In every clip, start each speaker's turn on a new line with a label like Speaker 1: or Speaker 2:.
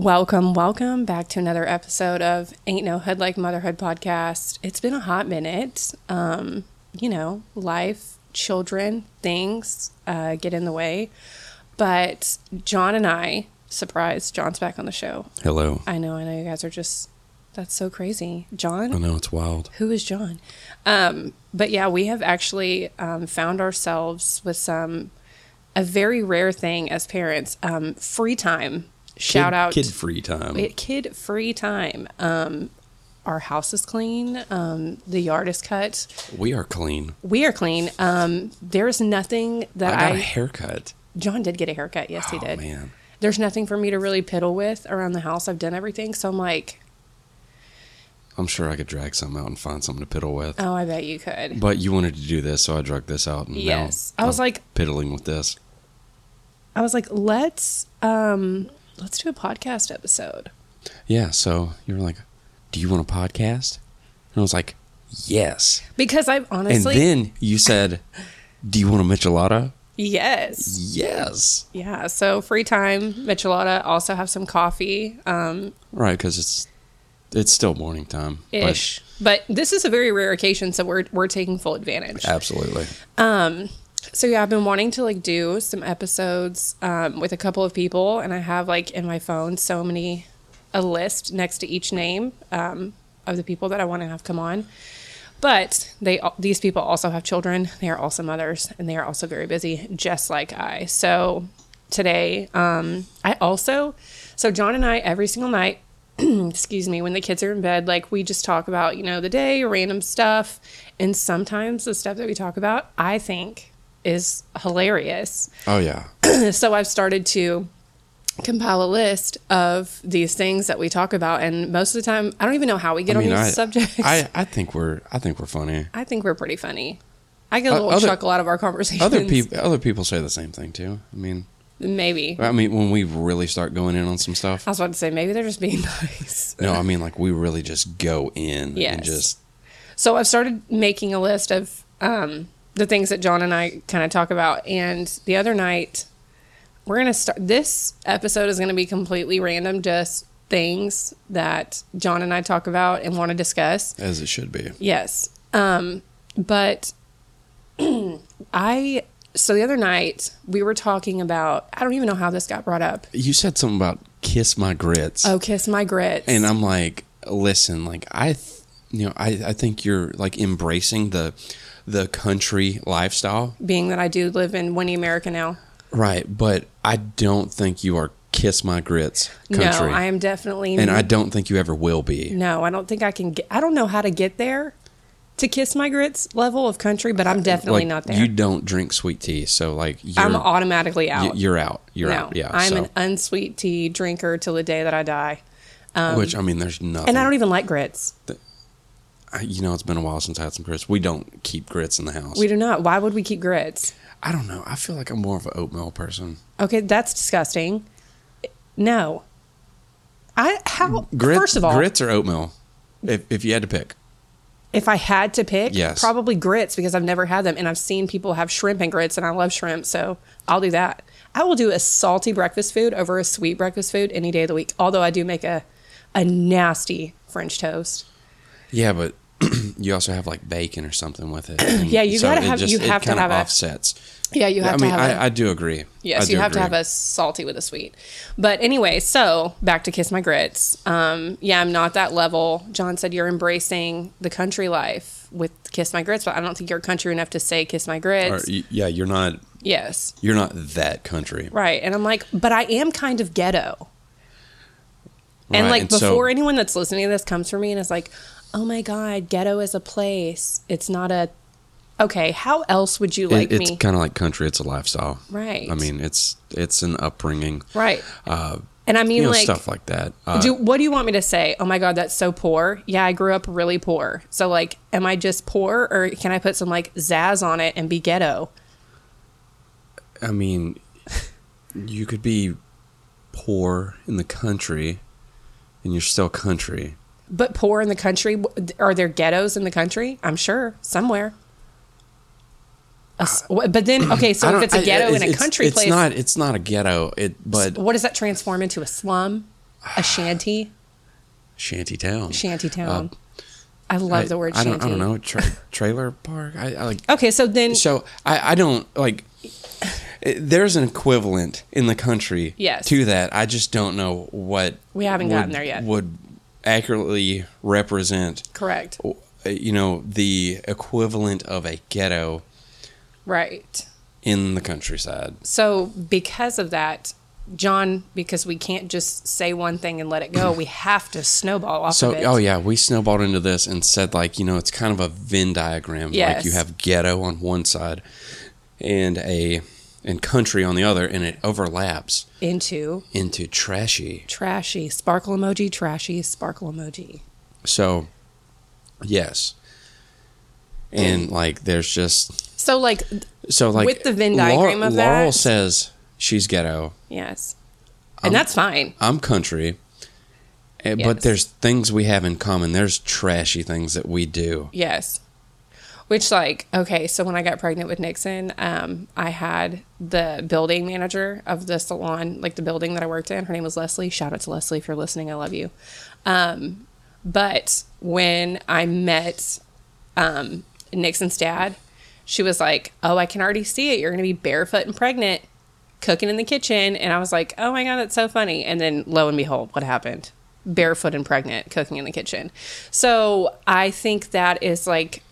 Speaker 1: Welcome, welcome back to another episode of Ain't No Hood Like Motherhood podcast. It's been a hot minute. Um, you know, life, children, things uh, get in the way. But John and I, surprise, John's back on the show.
Speaker 2: Hello.
Speaker 1: I know, I know you guys are just, that's so crazy. John,
Speaker 2: I know it's wild.
Speaker 1: who is John? Um, but yeah, we have actually um, found ourselves with some a very rare thing as parents um, free time. Shout
Speaker 2: Kid-
Speaker 1: out
Speaker 2: Kid free time.
Speaker 1: kid free time. Um, our house is clean. Um, the yard is cut.
Speaker 2: we are clean.
Speaker 1: We are clean. Um, there is nothing
Speaker 2: I
Speaker 1: that
Speaker 2: got a
Speaker 1: I,
Speaker 2: haircut.
Speaker 1: John did get a haircut. Yes, he
Speaker 2: Oh,
Speaker 1: did.
Speaker 2: man.
Speaker 1: There's nothing for me to really piddle with around the house. I've done everything, so I'm like,
Speaker 2: I'm sure I could drag some out and find something to piddle with.
Speaker 1: oh, I bet you could.
Speaker 2: But you wanted to do this, so I drug this out. And now
Speaker 1: Yes. I was
Speaker 2: I'm
Speaker 1: like-
Speaker 2: piddling with this.
Speaker 1: I was like, let's um, let's do a podcast episode.
Speaker 2: Yeah. So you were like, "Do you want a podcast?" And I was like, "Yes."
Speaker 1: Because I've honestly,
Speaker 2: and then you said, "Do you want a michelada?"
Speaker 1: yes,
Speaker 2: Yes.
Speaker 1: yeah. So free time, michelada. Also have some coffee, um,
Speaker 2: Right, because it's it's still morning time. but-
Speaker 1: ish. But, this is a very rare occasion, so we're we're taking full advantage. Um,
Speaker 2: absolutely.
Speaker 1: So yeah, I've been wanting to like do some episodes um, with a couple of people, and I have like in my phone so many a list next to each name um, of the people that I want to have come on. But they al- these people also have children. They are also mothers, and they are also very busy, just like I. So today, um, I also so John and I every single night excuse me, when the kids are in bed, like we just talk about, you know, the day, random stuff. And sometimes the stuff that we talk about, I think is hilarious.
Speaker 2: Oh yeah.
Speaker 1: so I've started to compile a list of these things that we talk about. And most of the time, I don't even know how we get
Speaker 2: I mean,
Speaker 1: on
Speaker 2: I,
Speaker 1: these subjects. I,
Speaker 2: I I think we're I think we're funny.
Speaker 1: think we're pretty funny. I get a
Speaker 2: O-
Speaker 1: little
Speaker 2: other-
Speaker 1: chuckle out of our conversations.
Speaker 2: Other people, other people say the same thing too. I mean,
Speaker 1: Maybe.
Speaker 2: I mean, when we really start going in on some stuff,
Speaker 1: I was about to say, maybe they're just being nice.
Speaker 2: no, I mean like we really just go in
Speaker 1: Yes.
Speaker 2: and just
Speaker 1: So I've started making a list of um, the things that John and I kind of talk about. And the other night, we're going to start. This episode is going to be completely random, just things that John and I talk about and want to discuss.
Speaker 2: as it should be.
Speaker 1: Yes. Um, but I, so the other night, we were talking about, I don't even know how this got brought up.
Speaker 2: You said something about kiss my grits,
Speaker 1: Oh, kiss my grits.
Speaker 2: and I'm like, listen, like I, th- you know, I I think you're like embracing the the country lifestyle,
Speaker 1: being that I do live in Winnie, America now.
Speaker 2: right? But I don't think you are kiss my grits country,
Speaker 1: No, I am definitely
Speaker 2: and I don't think you ever will be.
Speaker 1: No, I don't think I can get. I don't know how to get there to kiss my grits level of country, but I'm definitely
Speaker 2: Uh, Like,
Speaker 1: not there.
Speaker 2: You don't drink sweet tea, so like you're,
Speaker 1: I'm automatically out.
Speaker 2: y- you're out. You're
Speaker 1: no,
Speaker 2: out. Yeah.
Speaker 1: I'm
Speaker 2: so-
Speaker 1: an unsweet tea drinker till the day that I die,
Speaker 2: which I mean, there's nothing.
Speaker 1: um, and I don't even like grits.
Speaker 2: I- you know, it's been a while since I had some grits. We don't keep grits in the house.
Speaker 1: We do not. Why would we keep grits?
Speaker 2: I don't know. I feel like I'm more of an oatmeal person.
Speaker 1: Okay, that's disgusting. No, I how
Speaker 2: Grits,
Speaker 1: first of all,
Speaker 2: grits or oatmeal, if if you had to pick.
Speaker 1: if I had to pick,
Speaker 2: Yes.
Speaker 1: probably grits because I've never had them, and I've seen people have shrimp and grits, and I love shrimp, so I'll do that. I will do a salty breakfast food over a sweet breakfast food any day of the week. Although I do make a a nasty French toast.
Speaker 2: Yeah, but you also have like bacon or something with it. and
Speaker 1: Yeah, you gotta
Speaker 2: it
Speaker 1: have- you
Speaker 2: it
Speaker 1: have to
Speaker 2: kinda
Speaker 1: have a-
Speaker 2: offsets.
Speaker 1: Yeah, you have
Speaker 2: I
Speaker 1: to
Speaker 2: mean,
Speaker 1: have
Speaker 2: I
Speaker 1: a-
Speaker 2: I do agree. I
Speaker 1: Yes,
Speaker 2: do
Speaker 1: you have to
Speaker 2: agree.
Speaker 1: have a salty with a sweet. But anyway, so back to kiss my grits. Um, yeah, I'm not that level. John said you're embracing the country life with kiss my grits, but I don't think you're country enough to say kiss my
Speaker 2: Or,
Speaker 1: grits.
Speaker 2: y- yeah, you're not.
Speaker 1: yes.
Speaker 2: You're not that country.
Speaker 1: Right. And I'm like, but I am kind of ghetto. And
Speaker 2: Right,
Speaker 1: like
Speaker 2: and so-
Speaker 1: before anyone that's listening to this comes for me and is like, oh my God, ghetto is a place. It's not a. Okay, how else would you like
Speaker 2: it,
Speaker 1: me?
Speaker 2: it's kind of like country. It's a lifestyle.
Speaker 1: Right.
Speaker 2: I mean, it's it's an upbringing.
Speaker 1: right.
Speaker 2: Uh,
Speaker 1: And I mean,
Speaker 2: you know,
Speaker 1: like,
Speaker 2: stuff like that. Uh,
Speaker 1: do, what do you want me to say? Oh my God, that's so poor. Yeah, I grew up really poor. So, like, am I just poor or can I put some like zazz on it and be ghetto?
Speaker 2: I mean, you could be poor in the country, and you're still country.
Speaker 1: But poor in the country, w- are there ghettos in the country? I'm sure somewhere. A s- w- but then, okay,
Speaker 2: I
Speaker 1: so if
Speaker 2: don't-
Speaker 1: it's a
Speaker 2: I-
Speaker 1: ghetto in a
Speaker 2: it's-
Speaker 1: country
Speaker 2: it's
Speaker 1: place,
Speaker 2: not. It's not a ghetto. It, but
Speaker 1: what does that transform into? A slum? a shanty,
Speaker 2: Shanty town. Uh,
Speaker 1: shanty town. I love the word
Speaker 2: I
Speaker 1: shanty.
Speaker 2: don't. I don't know. Tra- trailer park. I, I like.
Speaker 1: Okay, so then
Speaker 2: So I, I don't like. it- There's an equivalent in the country
Speaker 1: Yes.
Speaker 2: to that. I just don't know what
Speaker 1: We haven't
Speaker 2: would-
Speaker 1: gotten there yet.
Speaker 2: Would accurately represent,
Speaker 1: correct,
Speaker 2: uh, you know, the equivalent of a ghetto
Speaker 1: right?
Speaker 2: in the countryside.
Speaker 1: So because of that, John, because we can't just say one thing and let it go, we have to snowball off
Speaker 2: So
Speaker 1: of it.
Speaker 2: oh yeah, we snowballed into this and said like you know it's kind of a Venn diagram. Like
Speaker 1: Yes.
Speaker 2: you have ghetto on one side, and a and country on the other, and it overlaps
Speaker 1: into
Speaker 2: into trashy.
Speaker 1: trashy sparkle emoji, trashy sparkle emoji.
Speaker 2: So, yes. And like, there's just
Speaker 1: So like,
Speaker 2: so like
Speaker 1: Mm. With the Venn
Speaker 2: Lau-
Speaker 1: diagram of that-
Speaker 2: Laurel says she's ghetto.
Speaker 1: yes,
Speaker 2: Um,
Speaker 1: and that's fine.
Speaker 2: I'm country. Eh,
Speaker 1: Yes.
Speaker 2: But there's things we have in common. There's trashy things that we do.
Speaker 1: Yes. Which like, okay, so when I got pregnant with Nixon, um, I had the building manager of the salon, like the building that I worked in. Her name was Leslie. Shout out to Leslie if you're listening. I love you. Um, but when I met um, Nixon's dad, she was like, "Oh, I can already see it. You're going to be barefoot and pregnant, cooking in the kitchen." And I was like, "Oh my god, that's so funny!" And then lo and behold, what happened? Barefoot and pregnant, cooking in the kitchen. So I think that is like,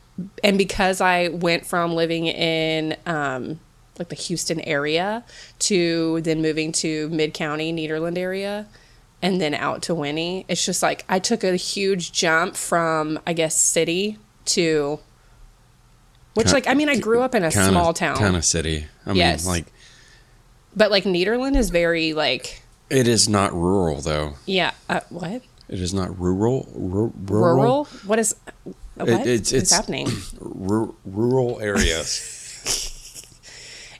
Speaker 1: and because I went from living in um, like the Houston area to then moving to Mid County, Nederland area, and then out to Winnie. It's just like I took a huge jump from I guess city to which like I mean I grew up in a small town.
Speaker 2: kind of city. I
Speaker 1: Yes.
Speaker 2: mean, like
Speaker 1: But like Nederland is very like
Speaker 2: it is not rural though.
Speaker 1: yeah, uh, what?
Speaker 2: It is not rural. Ru-
Speaker 1: Rural?
Speaker 2: rural.
Speaker 1: What is what
Speaker 2: It- it's-
Speaker 1: is
Speaker 2: it's-
Speaker 1: happening?
Speaker 2: Ru- rural areas.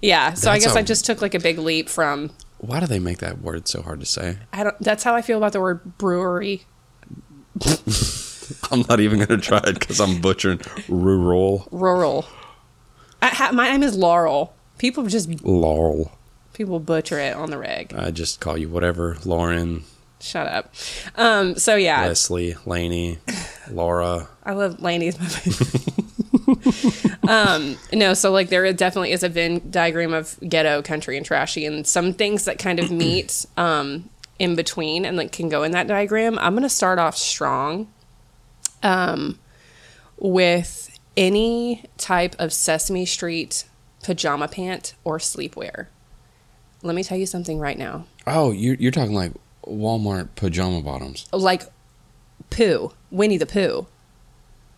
Speaker 1: Yeah, so I
Speaker 2: That's
Speaker 1: guess
Speaker 2: a-
Speaker 1: I just took like a big leap from
Speaker 2: Why do they make that word so hard to say?
Speaker 1: I don't that's how I feel about the word brewery.
Speaker 2: I'm not even gonna try it because I'm butchering rural.
Speaker 1: Rural. I, ha, my name is Laurel. People just
Speaker 2: Laurel.
Speaker 1: people butcher it on the reg.
Speaker 2: I just call you whatever. Lauren,
Speaker 1: Shut up. Um, so yeah,
Speaker 2: Leslie, Laney, Laura.
Speaker 1: I love Laney's my favorite. um, no, so like there definitely is a Venn diagram of ghetto, country, and trashy, and some things that kind of meet um, in between and like can go in that diagram. I'm gonna start off strong um, with any type of Sesame Street pajama pant or sleepwear. Let me tell you something right now.
Speaker 2: Oh, you're, you're talking like Walmart pajama bottoms.
Speaker 1: like poo, Winnie the Pooh.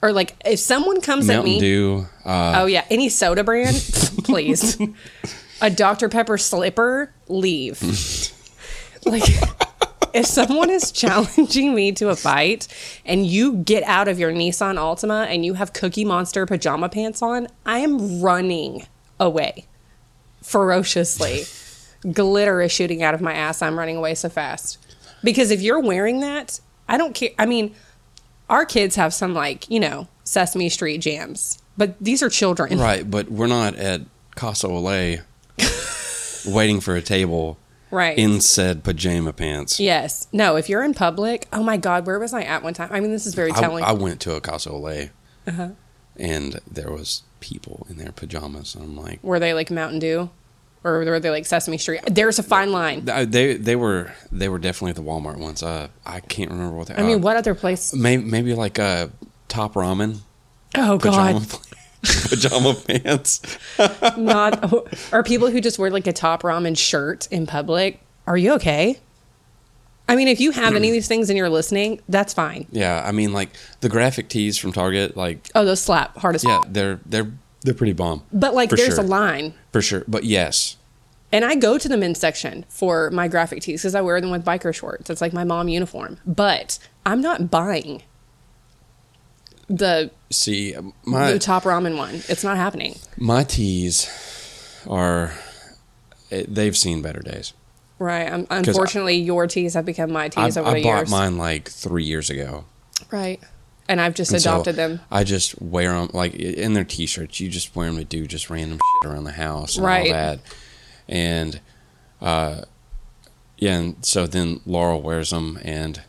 Speaker 1: Or like if someone comes at
Speaker 2: Mountain
Speaker 1: me,
Speaker 2: Dew. Uh,
Speaker 1: oh yeah, any soda brand, please. A Dr. Pepper slipper, leave. like if someone is challenging me to a fight and you get out of your Nissan Altima and you have Cookie Monster pajama pants on, I am running away ferociously. Glitter is shooting out of my ass. I'm running away so fast. Because if you're wearing that, I don't care. I mean, our kids have some, like, you know, Sesame Street jams, but these are children.
Speaker 2: right, but we're not at Casa Olay waiting for a table
Speaker 1: Right.
Speaker 2: in said pajama pants.
Speaker 1: yes. No, if you're in public, oh my God, where was I at one time? I mean, this is very
Speaker 2: I,
Speaker 1: telling. Uh-huh.
Speaker 2: I went to a Casa Olay and there was people in their pajamas. And I'm like,
Speaker 1: were they like Mountain Dew or were they like Sesame Street? There's a fine line.
Speaker 2: Uh, they they were they were definitely at the Walmart ones. Uh, I can't remember what they.
Speaker 1: I mean, what other place?
Speaker 2: Maybe, maybe like uh, top ramen
Speaker 1: Oh
Speaker 2: pajama
Speaker 1: God,
Speaker 2: pajama pants.
Speaker 1: not or people who just wear like a top ramen shirt in public. Are you okay? I mean, if you have
Speaker 2: Hmm.
Speaker 1: any of these things and you're listening, that's fine.
Speaker 2: Yeah, I mean like the graphic tees from Target. Like
Speaker 1: Oh, those slap hard as
Speaker 2: yeah,
Speaker 1: fuck.
Speaker 2: they're they're they're pretty bomb.
Speaker 1: But like,
Speaker 2: For
Speaker 1: there's
Speaker 2: sure.
Speaker 1: a line.
Speaker 2: for sure. But yes,
Speaker 1: And I go to the men's section for my graphic tees because I wear them with biker shorts. It's like my mom uniform. But I'm not buying the
Speaker 2: see
Speaker 1: blue
Speaker 2: my
Speaker 1: top ramen one. It's not happening.
Speaker 2: my tees are eh, they've seen better days.
Speaker 1: Right. Um, unfortunately, your teas have become my
Speaker 2: I,
Speaker 1: teas over
Speaker 2: I
Speaker 1: the
Speaker 2: bought
Speaker 1: years.
Speaker 2: mine like three years ago.
Speaker 1: Right. And I've just
Speaker 2: And so
Speaker 1: adopted them.
Speaker 2: I just wear them like in their t-shirts. You just wear them to do just random shit around the house and
Speaker 1: Right.
Speaker 2: all that. And uh, yeah, and so then Laurel wears them, and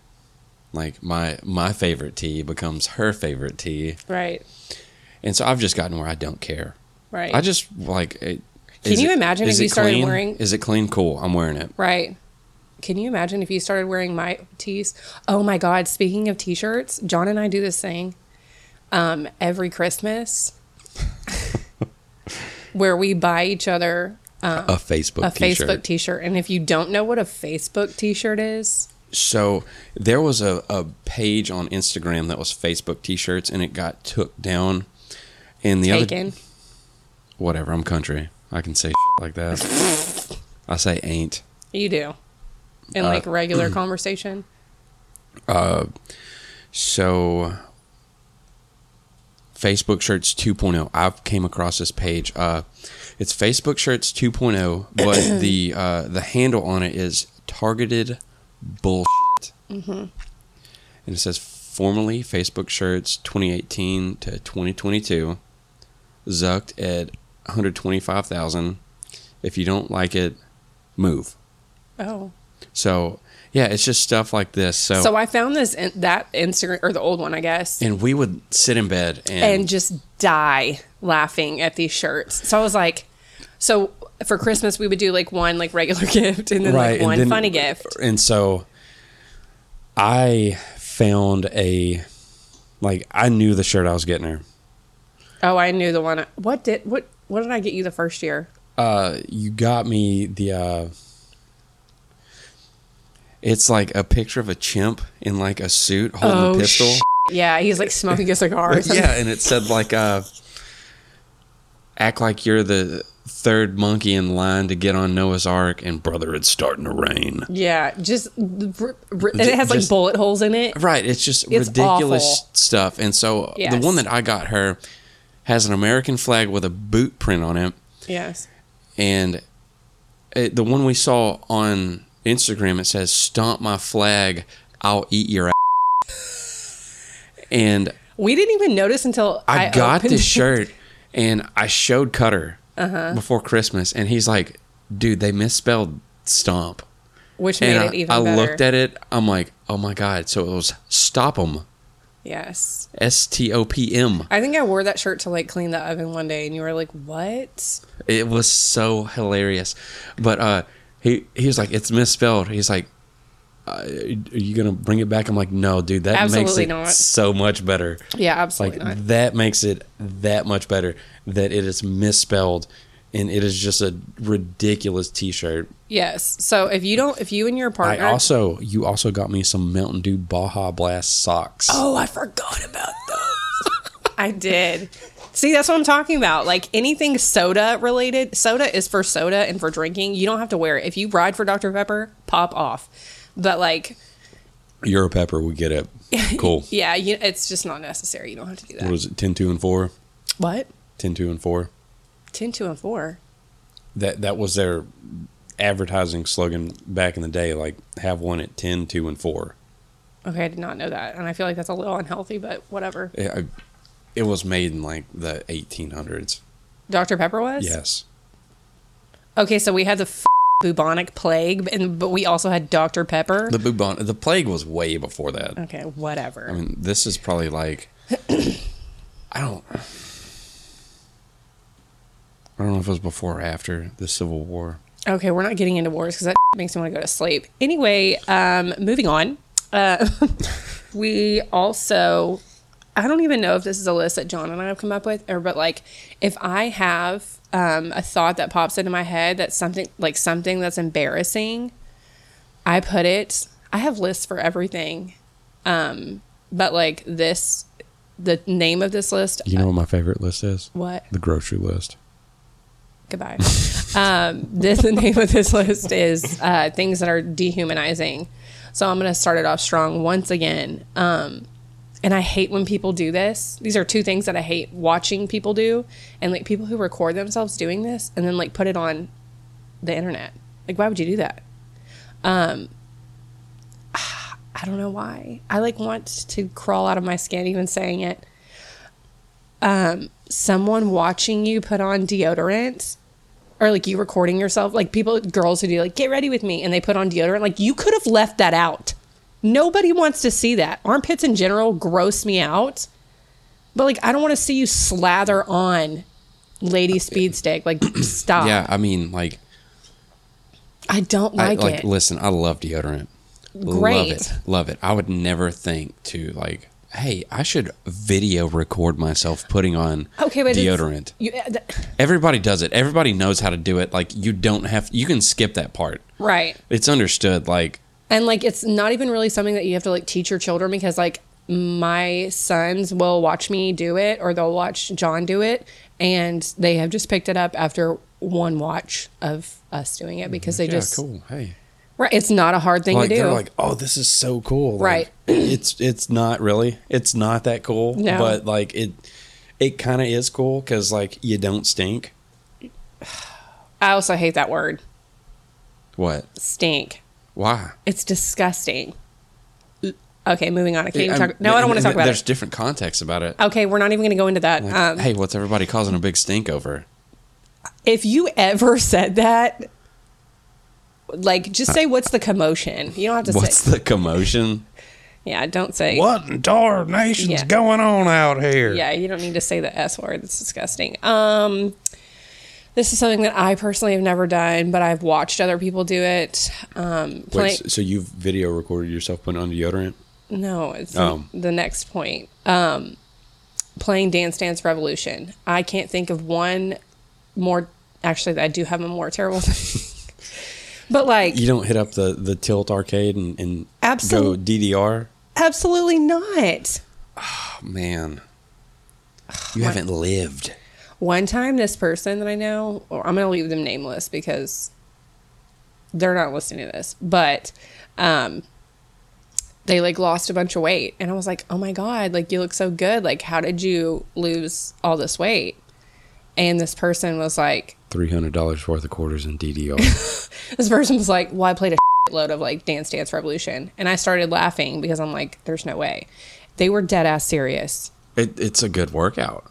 Speaker 2: like my my favorite tea becomes her favorite tea,
Speaker 1: Right.
Speaker 2: and so I've just gotten where I don't care.
Speaker 1: Right.
Speaker 2: I just like. It,
Speaker 1: Can
Speaker 2: is
Speaker 1: you
Speaker 2: it-
Speaker 1: imagine
Speaker 2: is
Speaker 1: if
Speaker 2: it
Speaker 1: you started
Speaker 2: clean?
Speaker 1: wearing-
Speaker 2: Is it clean? Cool. I'm wearing it.
Speaker 1: Right. Can you imagine if you started wearing my tees? Oh my God. Speaking of t shirts, John and I do this thing um, every Christmas where we buy each other
Speaker 2: a Facebook
Speaker 1: Uh-huh. a
Speaker 2: t-shirt.
Speaker 1: Facebook t shirt. And if you don't know what a Facebook t shirt is,
Speaker 2: So there was a, a page on Instagram that was Facebook T-shirts, and it got took down. And the
Speaker 1: taken.
Speaker 2: other whatever, I'm country. I can say like that. I say ain't.
Speaker 1: You do. In
Speaker 2: Uh,
Speaker 1: like regular conversation.
Speaker 2: So Facebook Shirts 2.0. I've came across this page. Uh, it's Facebook Shirts 2.0, but the uh, the handle on it is targeted bullshit. And it says formerly Facebook Shirts 2018 to 2022, zucked at 125,000. If you don't like it, move.
Speaker 1: Oh.
Speaker 2: So yeah, it's just stuff like this. So,
Speaker 1: So I found this in, that Instagram or the old one, I guess,
Speaker 2: and we would sit in bed and
Speaker 1: and just die laughing at these shirts. So I was like, so for Christmas we would do like one like regular gift and then like one
Speaker 2: then-
Speaker 1: funny gift.
Speaker 2: And so I found a like I knew the shirt I was getting her.
Speaker 1: Oh, I knew the one. What did what what did I get you the first year?
Speaker 2: Uh you got me the uh it's like a picture of a chimp in like a suit holding
Speaker 1: Oh,
Speaker 2: a pistol.
Speaker 1: Yeah, he's like smoking a cigar. Or something.
Speaker 2: yeah, and it said like uh act like you're the third monkey in line to get on Noah's Ark and brother it's starting to rain.
Speaker 1: yeah, just r- r- and it has like
Speaker 2: Just-
Speaker 1: bullet holes in it.
Speaker 2: Right. It's just
Speaker 1: It's
Speaker 2: ridiculous
Speaker 1: awful.
Speaker 2: stuff. And so uh, the
Speaker 1: Yes.
Speaker 2: one that I got her has an American flag with a boot print on it.
Speaker 1: Yes.
Speaker 2: And it, the one we saw on Instagram, it says, Stomp my flag, I'll eat your ass. And
Speaker 1: We didn't even notice until
Speaker 2: I, got
Speaker 1: opened
Speaker 2: this
Speaker 1: it. Uh-huh.
Speaker 2: shirt and I showed Cutter before Christmas. And he's like, dude, they misspelled stomp.
Speaker 1: which made
Speaker 2: And
Speaker 1: it even
Speaker 2: I, I
Speaker 1: better.
Speaker 2: looked at it. I'm like, oh my God. So it was stop 'em.
Speaker 1: yes.
Speaker 2: S T O P M.
Speaker 1: I think I wore that shirt to like clean the oven one day, and you were like, "What?"
Speaker 2: It was so hilarious. But uh, he he was like, it's misspelled. He's like, uh, are you gonna bring it back? I'm like, no, dude. That makes
Speaker 1: Absolutely
Speaker 2: it
Speaker 1: not.
Speaker 2: so much better.
Speaker 1: Yeah,
Speaker 2: Like
Speaker 1: absolutely not.
Speaker 2: that makes it that much better that it is misspelled, and it is just a ridiculous T-shirt.
Speaker 1: Yes. So if you don't, if you and your
Speaker 2: I
Speaker 1: partner,
Speaker 2: also you also got me some Mountain Dew Baja Blast socks.
Speaker 1: oh, I forgot about those. I did. See, that's what I'm talking about. Like anything soda related, soda is for soda and for drinking. You don't have to wear it. If you ride for Dr Pepper, pop off. But like,
Speaker 2: You're a pepper. We get it. Cool.
Speaker 1: yeah, you, it's just not necessary. You don't have to do
Speaker 2: What
Speaker 1: that.
Speaker 2: was it? 10, 2, and four.
Speaker 1: What?
Speaker 2: 10, 2, and four.
Speaker 1: Ten, two, and four.
Speaker 2: that that was their advertising slogan back in the day like have one at 10 2 and 4
Speaker 1: Okay, I did not know that, and I feel like that's a little unhealthy, but whatever.
Speaker 2: it, I- it was made in like the 1800s
Speaker 1: Dr Pepper was.
Speaker 2: yes
Speaker 1: Okay, so we had the f- bubonic plague, and but we also had Dr Pepper.
Speaker 2: the bubon the plague was way before that
Speaker 1: okay, whatever.
Speaker 2: i mean this is probably like i don't i don't know if it was before or after the civil war
Speaker 1: okay, we're not getting into wars because that makes me want to go to sleep. Anyway, um, moving on. Uh, we also, I don't even know if this is a list that John and I have come up with, or but like if I have um, a thought that pops into my head that's something like something that's embarrassing, I put it. I have lists for everything, um, but like this, the name of this list.
Speaker 2: you know what my favorite list is
Speaker 1: What?
Speaker 2: the grocery list
Speaker 1: goodbye. um, this, the name of this list is uh, things that are dehumanizing. So I'm going to start it off strong once again. Um, and I hate when people do this. These are two things that I hate watching people do, and like people who record themselves doing this and then like put it on the internet. Like, why would you do that? Um, I don't know why. I like want to crawl out of my skin even saying it Um, someone watching you put on deodorant or like you recording yourself, like people, girls who do like get ready with me, and they put on deodorant. Like you could have left that out. Nobody wants to see that. Armpits in general gross me out, but like I don't want to see you slather on lady speed stick. Like stop.
Speaker 2: Yeah, I mean, like,
Speaker 1: I don't
Speaker 2: I,
Speaker 1: like,
Speaker 2: like
Speaker 1: it.
Speaker 2: listen, I love deodorant. Love
Speaker 1: Great.
Speaker 2: it. Love it. I would never think to like, hey, I should video record myself putting on
Speaker 1: okay, but it's-
Speaker 2: deodorant.
Speaker 1: You, uh, th-
Speaker 2: Everybody does it. Everybody knows how to do it. Like you don't have you can skip that part.
Speaker 1: right.
Speaker 2: It's understood like
Speaker 1: And like it's not even really something that you have to like teach your children because like my sons will watch me do it or they'll watch John do it and they have just picked it up after one watch of us doing it because they
Speaker 2: Mm-hmm. yeah,
Speaker 1: just
Speaker 2: cool. Hey.
Speaker 1: right it's not a hard thing
Speaker 2: Like
Speaker 1: to do.
Speaker 2: they're like, "Oh, this is so cool." Like,
Speaker 1: Right.
Speaker 2: it's it's not really. It's not that cool,
Speaker 1: No.
Speaker 2: but like it it kind of is cool cuz like you don't stink.
Speaker 1: I also hate that word
Speaker 2: What?
Speaker 1: stink.
Speaker 2: Why?
Speaker 1: It's disgusting. Okay, moving on. I can't even
Speaker 2: I'm-
Speaker 1: talk. No, I don't want to talk about
Speaker 2: There's
Speaker 1: it.
Speaker 2: different context about it.
Speaker 1: Okay, we're not even going to go into that.
Speaker 2: Like,
Speaker 1: um,
Speaker 2: hey, what's everybody causing a big stink over?
Speaker 1: if you ever said that, like just say what's the commotion. You don't have to
Speaker 2: What's
Speaker 1: say.
Speaker 2: the commotion?
Speaker 1: Yeah, don't say.
Speaker 2: What in tarnation's
Speaker 1: Yeah.
Speaker 2: going on out here?
Speaker 1: Yeah, you don't need to say the S word. It's disgusting. Um, this is something that I personally have never done, but I've watched other people do it. Um, play-
Speaker 2: Wait, so- so you've video recorded yourself putting on deodorant?
Speaker 1: no, it's
Speaker 2: Oh.
Speaker 1: the next point. Um, playing Dance Dance Revolution. I can't think of one more. Actually, I do have a more terrible thing. but like,
Speaker 2: You don't hit up the, the tilt arcade and, and go
Speaker 1: Absolute-
Speaker 2: DDR?
Speaker 1: absolutely not.
Speaker 2: Oh, man. You haven't lived.
Speaker 1: One time, this person that I know, or I'm going to leave them nameless because they're not listening to this, but um, they like lost a bunch of weight. And I was like, oh my God, like you look so good. Like, how did you lose all this weight? And this person was like,
Speaker 2: $300 worth of quarters in DDR.
Speaker 1: this person was like, well, I played a load of like Dance Dance Revolution. And I started laughing because I'm like, there's no way. They were dead ass serious.
Speaker 2: it, it's a good workout.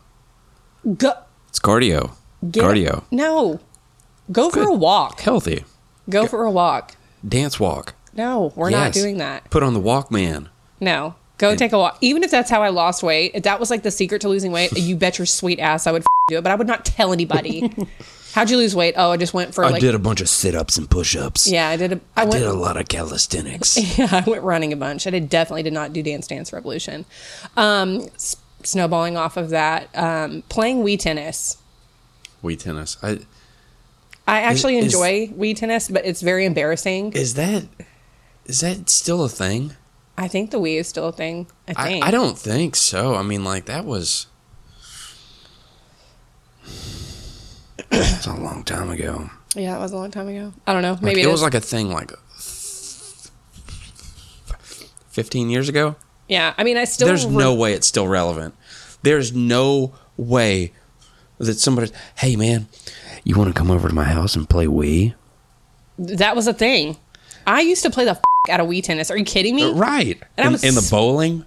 Speaker 1: Go,
Speaker 2: It's cardio.
Speaker 1: get-
Speaker 2: cardio.
Speaker 1: No. Go for a walk.
Speaker 2: Healthy.
Speaker 1: Go for a walk.
Speaker 2: Dance walk.
Speaker 1: No, we're not
Speaker 2: Yes.
Speaker 1: doing that.
Speaker 2: Put on the Walkman.
Speaker 1: No. Go take a walk. Even if that's how I lost weight, if that was like the secret to losing weight, you bet your sweet ass I would f- do it, but I would not tell anybody. How'd you lose weight? Oh, I just went for like
Speaker 2: a bunch of sit ups and push ups.
Speaker 1: Yeah, I did a I went
Speaker 2: lot of calisthenics.
Speaker 1: yeah, I went running a bunch. I did definitely did not do Dance Dance Revolution. Um s- snowballing off of that, um playing Wii tennis.
Speaker 2: Wii tennis. I,
Speaker 1: I actually
Speaker 2: is-
Speaker 1: enjoy Wii tennis, but it's very embarrassing.
Speaker 2: is that is that still a thing?
Speaker 1: I think the Wii is still a thing. I
Speaker 2: I,
Speaker 1: think.
Speaker 2: I don't think so. I mean, like that was it's a long time ago.
Speaker 1: Yeah, that was a long time ago. I don't know.
Speaker 2: Like,
Speaker 1: Maybe
Speaker 2: it,
Speaker 1: it
Speaker 2: was
Speaker 1: is.
Speaker 2: like a thing like fifteen years ago.
Speaker 1: yeah. I mean, I still
Speaker 2: There's
Speaker 1: re-
Speaker 2: no way it's still relevant. There's no way that somebody, hey man, you want to come over to my house and play Wii?
Speaker 1: That was a thing. I used to play the f- out of Wii tennis. Are you kidding me?
Speaker 2: Right.
Speaker 1: And I
Speaker 2: in,
Speaker 1: was
Speaker 2: in the
Speaker 1: s-
Speaker 2: bowling.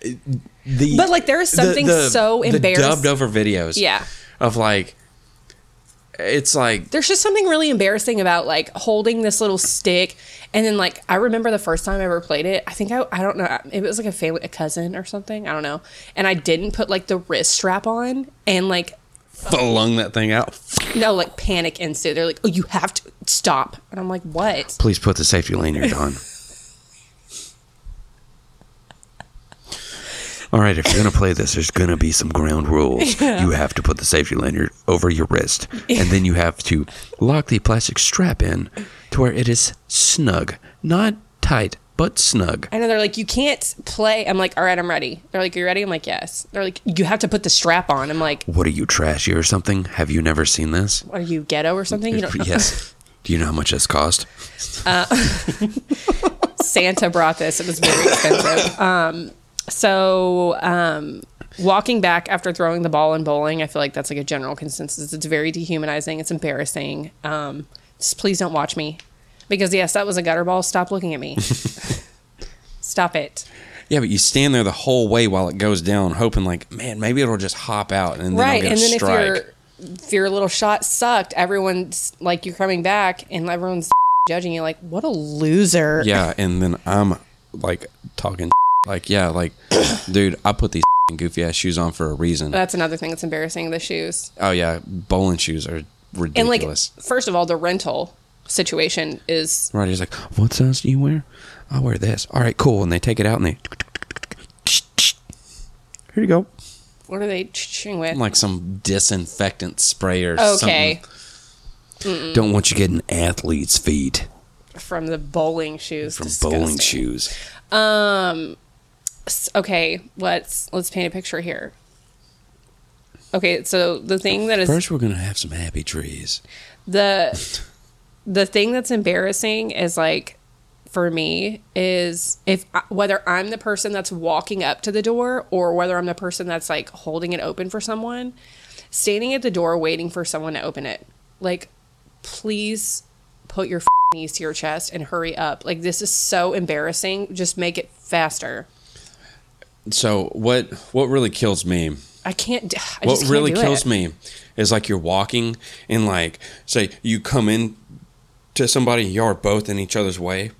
Speaker 2: The,
Speaker 1: But, like, there is something so embarrass-
Speaker 2: The dubbed over videos.
Speaker 1: Yeah.
Speaker 2: Of like, it's like
Speaker 1: There's just something really embarrassing about like holding this little stick. And then, like, I remember the first time I ever played it. I think I, I don't know, it was like a family, a cousin or something. I don't know. And I didn't put like the wrist strap on. And like,
Speaker 2: flung that thing out.
Speaker 1: no, like panic ensued. They're like, oh, you have to stop. And I'm like, what?
Speaker 2: Please put the safety lanyard on. All right, if you're gonna play this, there's gonna be some ground rules. You have to put the safety lanyard over your wrist, and then you have to lock the plastic strap in to where it is snug, not tight, but snug.
Speaker 1: I know they're like, you can't play. I'm like, all right, I'm ready. They're like, you ready? I'm like, yes. They're like, you have to put the strap on. I'm like,
Speaker 2: What are you trashy or something? Have you never seen this?
Speaker 1: are you ghetto or something? You don't know.
Speaker 2: Yes. Do you know how much this cost?
Speaker 1: Santa brought this. It was very expensive. Um, so um, walking back after throwing the ball in bowling, I feel like that's like a general consensus. It's very dehumanizing. It's embarrassing. Um, just please don't watch me because yes, that was a gutter ball. Stop looking at me. Stop it.
Speaker 2: Yeah, but you stand there the whole way while it goes down, hoping like, man, maybe it'll just hop out and then
Speaker 1: right,
Speaker 2: I'll get
Speaker 1: and
Speaker 2: a
Speaker 1: then
Speaker 2: strike.
Speaker 1: if you're if your little shot sucked, everyone's like you're coming back and everyone's judging you like what a loser.
Speaker 2: Yeah, and then I'm like talking like yeah, like dude, I put these goofy ass shoes on for a reason.
Speaker 1: That's another thing that's embarrassing. The shoes
Speaker 2: Oh yeah, bowling shoes are
Speaker 1: and like
Speaker 2: ridiculous.
Speaker 1: first of all, the rental situation is
Speaker 2: right, he's like, "What size do you wear?" I wear this. All right, cool. And they take it out and they Here you go.
Speaker 1: what are they ching with?
Speaker 2: Like some disinfectant spray or
Speaker 1: Okay,
Speaker 2: something. Don't want you getting athlete's feet
Speaker 1: from the bowling shoes.
Speaker 2: from
Speaker 1: Disgusting.
Speaker 2: bowling shoes.
Speaker 1: S- Okay, let's let's paint a picture here. Okay, so the thing that is
Speaker 2: First, we're gonna have some happy trees.
Speaker 1: the the thing that's embarrassing is like for me is if I- whether I'm the person that's walking up to the door or whether I'm the person that's like holding it open for someone, standing at the door waiting for someone to open it. Like, please put your knees to your chest and hurry up. Like this is so embarrassing. Just make it faster.
Speaker 2: So what? What really kills me?
Speaker 1: I can't. d- I
Speaker 2: what
Speaker 1: just can't
Speaker 2: really
Speaker 1: do
Speaker 2: kills
Speaker 1: it.
Speaker 2: me is like you're walking and like say you come in to somebody, you are both in each other's way.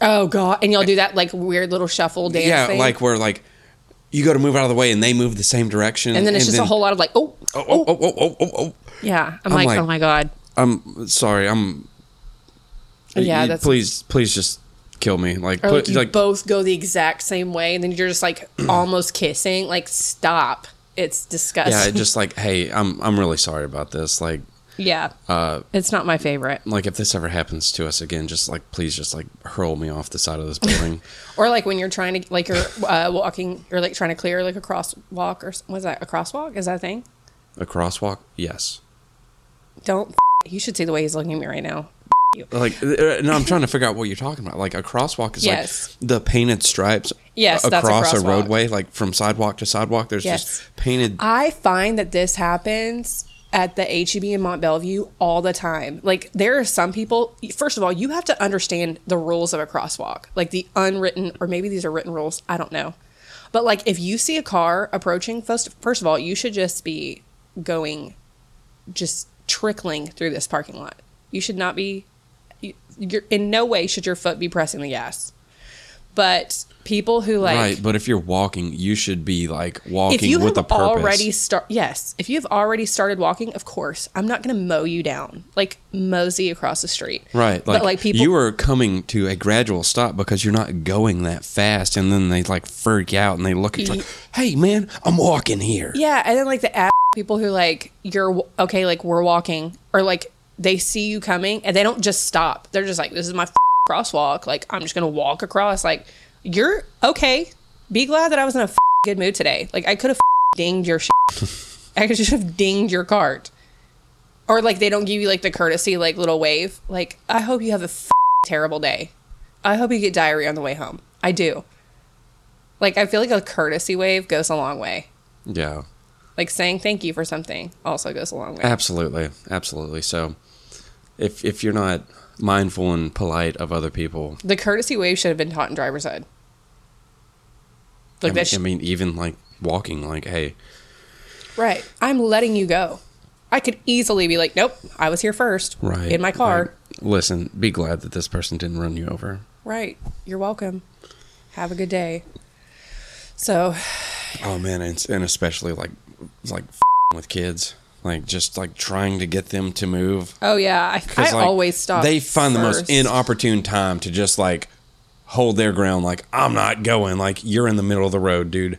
Speaker 1: Oh god! And y'all do that like weird little shuffle dance.
Speaker 2: yeah,
Speaker 1: thing.
Speaker 2: like where like you go to move out of the way and they move the same direction,
Speaker 1: And then it's just a whole lot of like, oh,
Speaker 2: Oh, oh, oh, oh, oh, oh, oh.
Speaker 1: Yeah, I'm,
Speaker 2: I'm
Speaker 1: like,
Speaker 2: like-
Speaker 1: oh my god.
Speaker 2: I'm sorry. I'm.
Speaker 1: Yeah,
Speaker 2: y-
Speaker 1: that's-
Speaker 2: please, please just kill me. Like,
Speaker 1: Or
Speaker 2: put,
Speaker 1: like you
Speaker 2: like
Speaker 1: both go the exact same way, and then you're just like almost kissing. Like, stop. It's disgusting.
Speaker 2: yeah, just like hey, I'm I'm really sorry about this. Like,
Speaker 1: yeah.
Speaker 2: uh,
Speaker 1: it's not my favorite.
Speaker 2: like if this ever happens to us again, just like please, just like hurl me off the side of this building.
Speaker 1: Or like when you're trying to like you're uh, walking, you're like trying to clear like a crosswalk or s- what's that? A crosswalk is that a thing?
Speaker 2: a crosswalk, yes.
Speaker 1: Don't. F- you should see the way he's looking at me right now.
Speaker 2: Like, uh, no, I'm trying to figure out what you're talking about. Like a crosswalk is
Speaker 1: Yes.
Speaker 2: like the painted stripes.
Speaker 1: Yes,
Speaker 2: a-
Speaker 1: that's a
Speaker 2: across
Speaker 1: crosswalk.
Speaker 2: roadway, like from sidewalk to sidewalk. There's
Speaker 1: Yes.
Speaker 2: just painted.
Speaker 1: I find that this happens at the HEB in Mont Bellevue all the time. Like there are some people. First of all, you have to understand the rules of a crosswalk, like the unwritten, or maybe these are written rules. I don't know. But like if you see a car approaching, first first of all, you should just be going, just trickling through this parking lot. You should not be. you- You're in no way should your foot be pressing the gas. But people who like
Speaker 2: right, but if you're walking, you should be like walking
Speaker 1: if you
Speaker 2: with a
Speaker 1: have
Speaker 2: purpose.
Speaker 1: already start yes if you have already started walking of course i'm not going to mow you down like mosey across the street
Speaker 2: Right, like,
Speaker 1: but like people
Speaker 2: you are coming to a gradual stop because you're not going that fast, and then they like freak out and they look at you like, "Hey, man, I'm walking here."
Speaker 1: Mm-hmm. yeah and then like the ass people who like you're okay like we're walking or like they see you coming and they don't just stop they're just like this is my f- crosswalk like i'm just going to walk across like you're okay be glad that i was in a f- good mood today like i could have f- dinged your shit. i could just have dinged your cart or like they don't give you like the courtesy like little wave like i hope you have a f- terrible day i hope you get diarrhea on the way home i do like i feel like a courtesy wave goes a long way
Speaker 2: Yeah,
Speaker 1: like saying thank you for something also goes a long way
Speaker 2: absolutely, absolutely. So, if if you're not mindful and polite of other people,
Speaker 1: the courtesy wave should have been taught in driver's ed like that
Speaker 2: I, mean,
Speaker 1: sh-
Speaker 2: I mean, even like walking, like, hey,
Speaker 1: right i'm letting you go i could easily be like nope i was here first
Speaker 2: right
Speaker 1: in my car
Speaker 2: like, listen, be glad that this person didn't run you over.
Speaker 1: right you're welcome have a good day so
Speaker 2: Oh man, and, and especially like like with kids, like just like trying to get them to move.
Speaker 1: Oh yeah, I,
Speaker 2: 'Cause,
Speaker 1: I
Speaker 2: like,
Speaker 1: always stop.
Speaker 2: They find the most
Speaker 1: first.
Speaker 2: inopportune time to just like hold their ground. Like I'm not going. Like you're in the middle of the road, dude.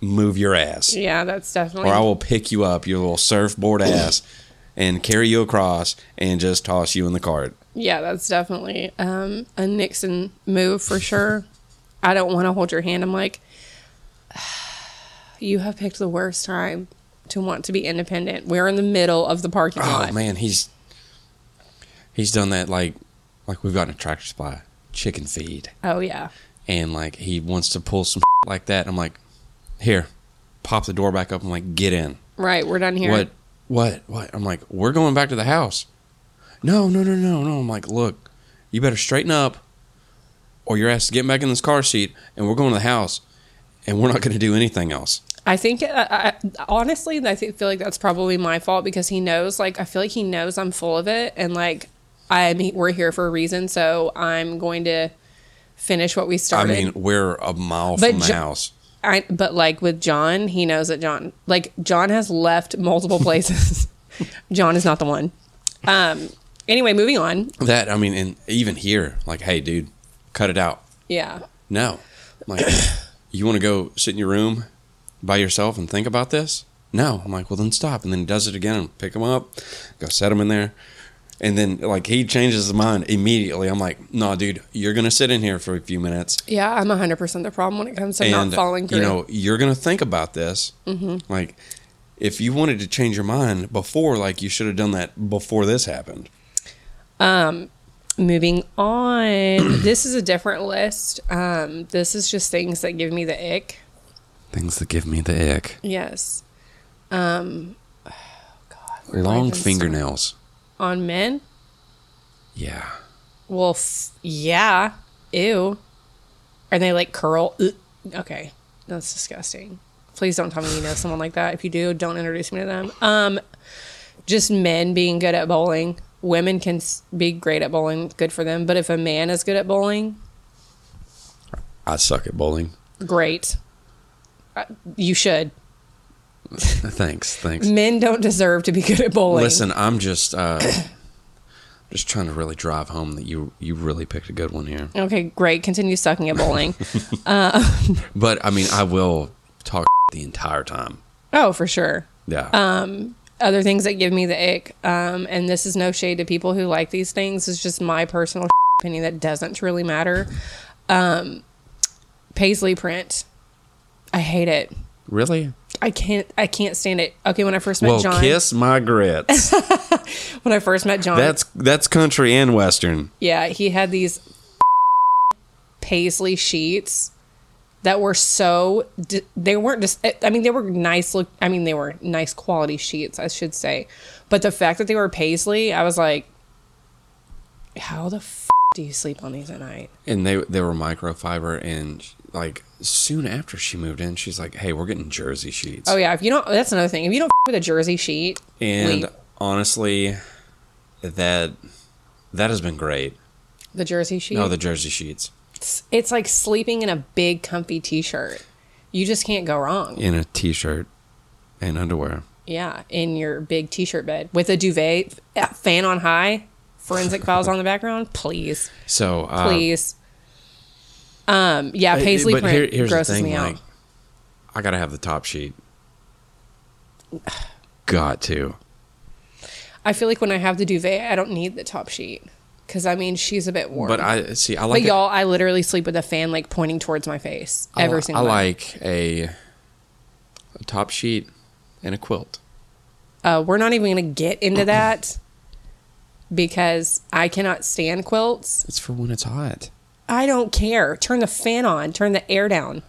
Speaker 2: Move your ass,
Speaker 1: Yeah, that's definitely.
Speaker 2: or I will pick you up, your little surfboard ass, and carry you across and just toss you in the cart.
Speaker 1: yeah, that's definitely um, a Nixon move for sure. I don't want to hold your hand. I'm like, you have picked the worst time to want to be independent. We're in the middle of the parking
Speaker 2: Oh
Speaker 1: lot.
Speaker 2: man, he's he's done that like like we've gotten a tractor supply chicken feed,
Speaker 1: Oh yeah,
Speaker 2: and like he wants to pull some like that. I'm like, here, pop the door back up. I'm like, get in.
Speaker 1: right. We're done here.
Speaker 2: What? What? What? I'm like, we're going back to the house. No, no, no, no, no. I'm like, look, you better straighten up, or your ass is getting back in this car seat, and we're going to the house, and we're not going to do anything else.
Speaker 1: I think, uh, I, I, honestly, I think, feel like that's probably my fault because he knows, like, I feel like he knows I'm full of it and, like, I'm, we're here for a reason. So I'm going to finish what we
Speaker 2: I
Speaker 1: started.
Speaker 2: mean, we're a mile
Speaker 1: But
Speaker 2: from the
Speaker 1: Jo-
Speaker 2: house.
Speaker 1: I, but like with John, he knows that John, like John has left multiple places. John is not the one. Um. Anyway, moving on.
Speaker 2: That I mean, and even here, like, hey, dude, cut it out.
Speaker 1: Yeah.
Speaker 2: No, I'm like, you want to go sit in your room by yourself and think about this? No, I'm like, well, then stop. And then he does it again and pick him up, go set him in there. And then, like, he changes his mind immediately. I'm like, no, dude, you're going to sit in here for a few minutes.
Speaker 1: Yeah, I'm 100% the problem when it comes to
Speaker 2: and
Speaker 1: not following through. Mm-hmm.
Speaker 2: you know you're gonna think about this like if you wanted to change your mind before like you should have done that before this happened
Speaker 1: moving on. this is a different list. Um, this is just things that give me the ick.
Speaker 2: things that give me the ick
Speaker 1: Yes. Um, oh God, where do I
Speaker 2: long
Speaker 1: even start?
Speaker 2: fingernails
Speaker 1: On men?
Speaker 2: yeah
Speaker 1: Well, f- yeah. Ew. Are they like curl? Ugh. Okay, that's disgusting. Please don't tell me you know someone like that. If you do, don't introduce me to them. Um, just men being good at bowling. Women can s- be great at bowling. Good for them. But if a man is good at bowling,
Speaker 2: i suck at bowling
Speaker 1: great. Uh, You should.
Speaker 2: thanks thanks
Speaker 1: Men don't deserve to be good at bowling.
Speaker 2: listen i'm just uh just trying to really drive home that you you really picked a good one here
Speaker 1: Okay, great. Continue sucking at bowling.
Speaker 2: but i mean i will talk the entire time
Speaker 1: oh, for sure.
Speaker 2: yeah
Speaker 1: Uh, other things that give me the ick, um, and this is no shade to people who like these things. It's just my personal opinion that doesn't really matter. Um, paisley print, I hate it.
Speaker 2: really
Speaker 1: I can't. I can't stand it. Okay, when I first met
Speaker 2: well
Speaker 1: John,
Speaker 2: kiss my grits
Speaker 1: when I first met John,
Speaker 2: that's that's country and western
Speaker 1: yeah, he had these paisley sheets that were so d- they weren't just i mean they were nice look i mean they were nice quality sheets i should say but the fact that they were paisley i was like how the f- do you sleep on these at night
Speaker 2: and they they were microfiber and like soon after she moved in she's like hey we're getting jersey sheets
Speaker 1: oh yeah if you don't that's another thing if you don't f- with a jersey sheet
Speaker 2: and
Speaker 1: leave.
Speaker 2: honestly that that has been great
Speaker 1: the jersey sheet
Speaker 2: no the jersey sheets
Speaker 1: it's, it's like sleeping in a big comfy t-shirt you just can't go wrong
Speaker 2: in a t-shirt and underwear
Speaker 1: Yeah, in your big t-shirt bed with a duvet, f- fan on high, forensic files on the background. Please,
Speaker 2: so uh,
Speaker 1: please. um, yeah,
Speaker 2: I-
Speaker 1: paisley
Speaker 2: but here-
Speaker 1: print
Speaker 2: here's
Speaker 1: grosses
Speaker 2: the thing
Speaker 1: me
Speaker 2: like
Speaker 1: out.
Speaker 2: i gotta have the top sheet got to
Speaker 1: I feel like when I have the duvet, I don't need the top sheet because I mean she's a bit warm.
Speaker 2: but i see i
Speaker 1: But
Speaker 2: like it-
Speaker 1: y'all, I literally sleep with a fan like pointing towards my face
Speaker 2: I
Speaker 1: every
Speaker 2: li-
Speaker 1: single
Speaker 2: i
Speaker 1: night.
Speaker 2: like a, a top sheet and a quilt
Speaker 1: Uh, we're not even gonna get into that because I cannot stand quilts.
Speaker 2: it's for when it's hot
Speaker 1: I don't care. Turn the fan on. Turn the air down.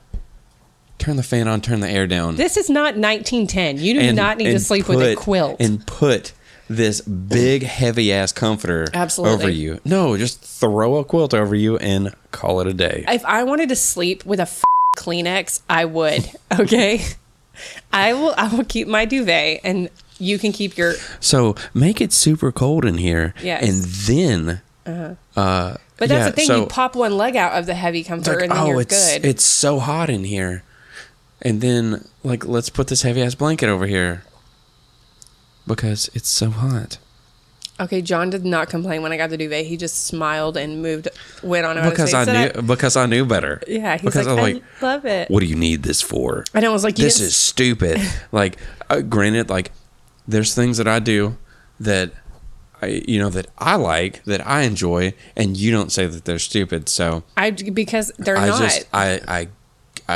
Speaker 2: turn the fan on, turn the air down.
Speaker 1: This is not 1910. You do not need to
Speaker 2: and
Speaker 1: sleep with a
Speaker 2: put-
Speaker 1: quilt.
Speaker 2: And put this big heavy ass comforter
Speaker 1: Absolutely.
Speaker 2: over you. No, just throw a quilt over you and call it a day.
Speaker 1: if I wanted to sleep with a f- Kleenex, I would. Okay, I will. I will keep my duvet, and you can keep your.
Speaker 2: so make it super cold in here.
Speaker 1: Yes. Uh-huh.
Speaker 2: And then uh,
Speaker 1: But that's
Speaker 2: yeah,
Speaker 1: the thing.
Speaker 2: so
Speaker 1: you pop one leg out of the heavy comforter,
Speaker 2: like,
Speaker 1: and then
Speaker 2: oh,
Speaker 1: you're
Speaker 2: it's
Speaker 1: good.
Speaker 2: it's so hot in here. And then like let's put this heavy ass blanket over here. Because it's so hot.
Speaker 1: okay, John did not complain when I got the duvet. He just smiled and moved, went on about his
Speaker 2: Because
Speaker 1: day.
Speaker 2: I
Speaker 1: So
Speaker 2: knew
Speaker 1: that-
Speaker 2: because I knew better.
Speaker 1: yeah, he's like,
Speaker 2: because I
Speaker 1: I,
Speaker 2: was like,
Speaker 1: love it.
Speaker 2: what do you need this for?
Speaker 1: And I was like, you
Speaker 2: this
Speaker 1: didn't-
Speaker 2: is stupid. like, uh, granted, like, there's things that I do that I, you know, that I like, that I enjoy, and you don't say that they're stupid. So
Speaker 1: I because they're
Speaker 2: I
Speaker 1: not.
Speaker 2: just, I, I,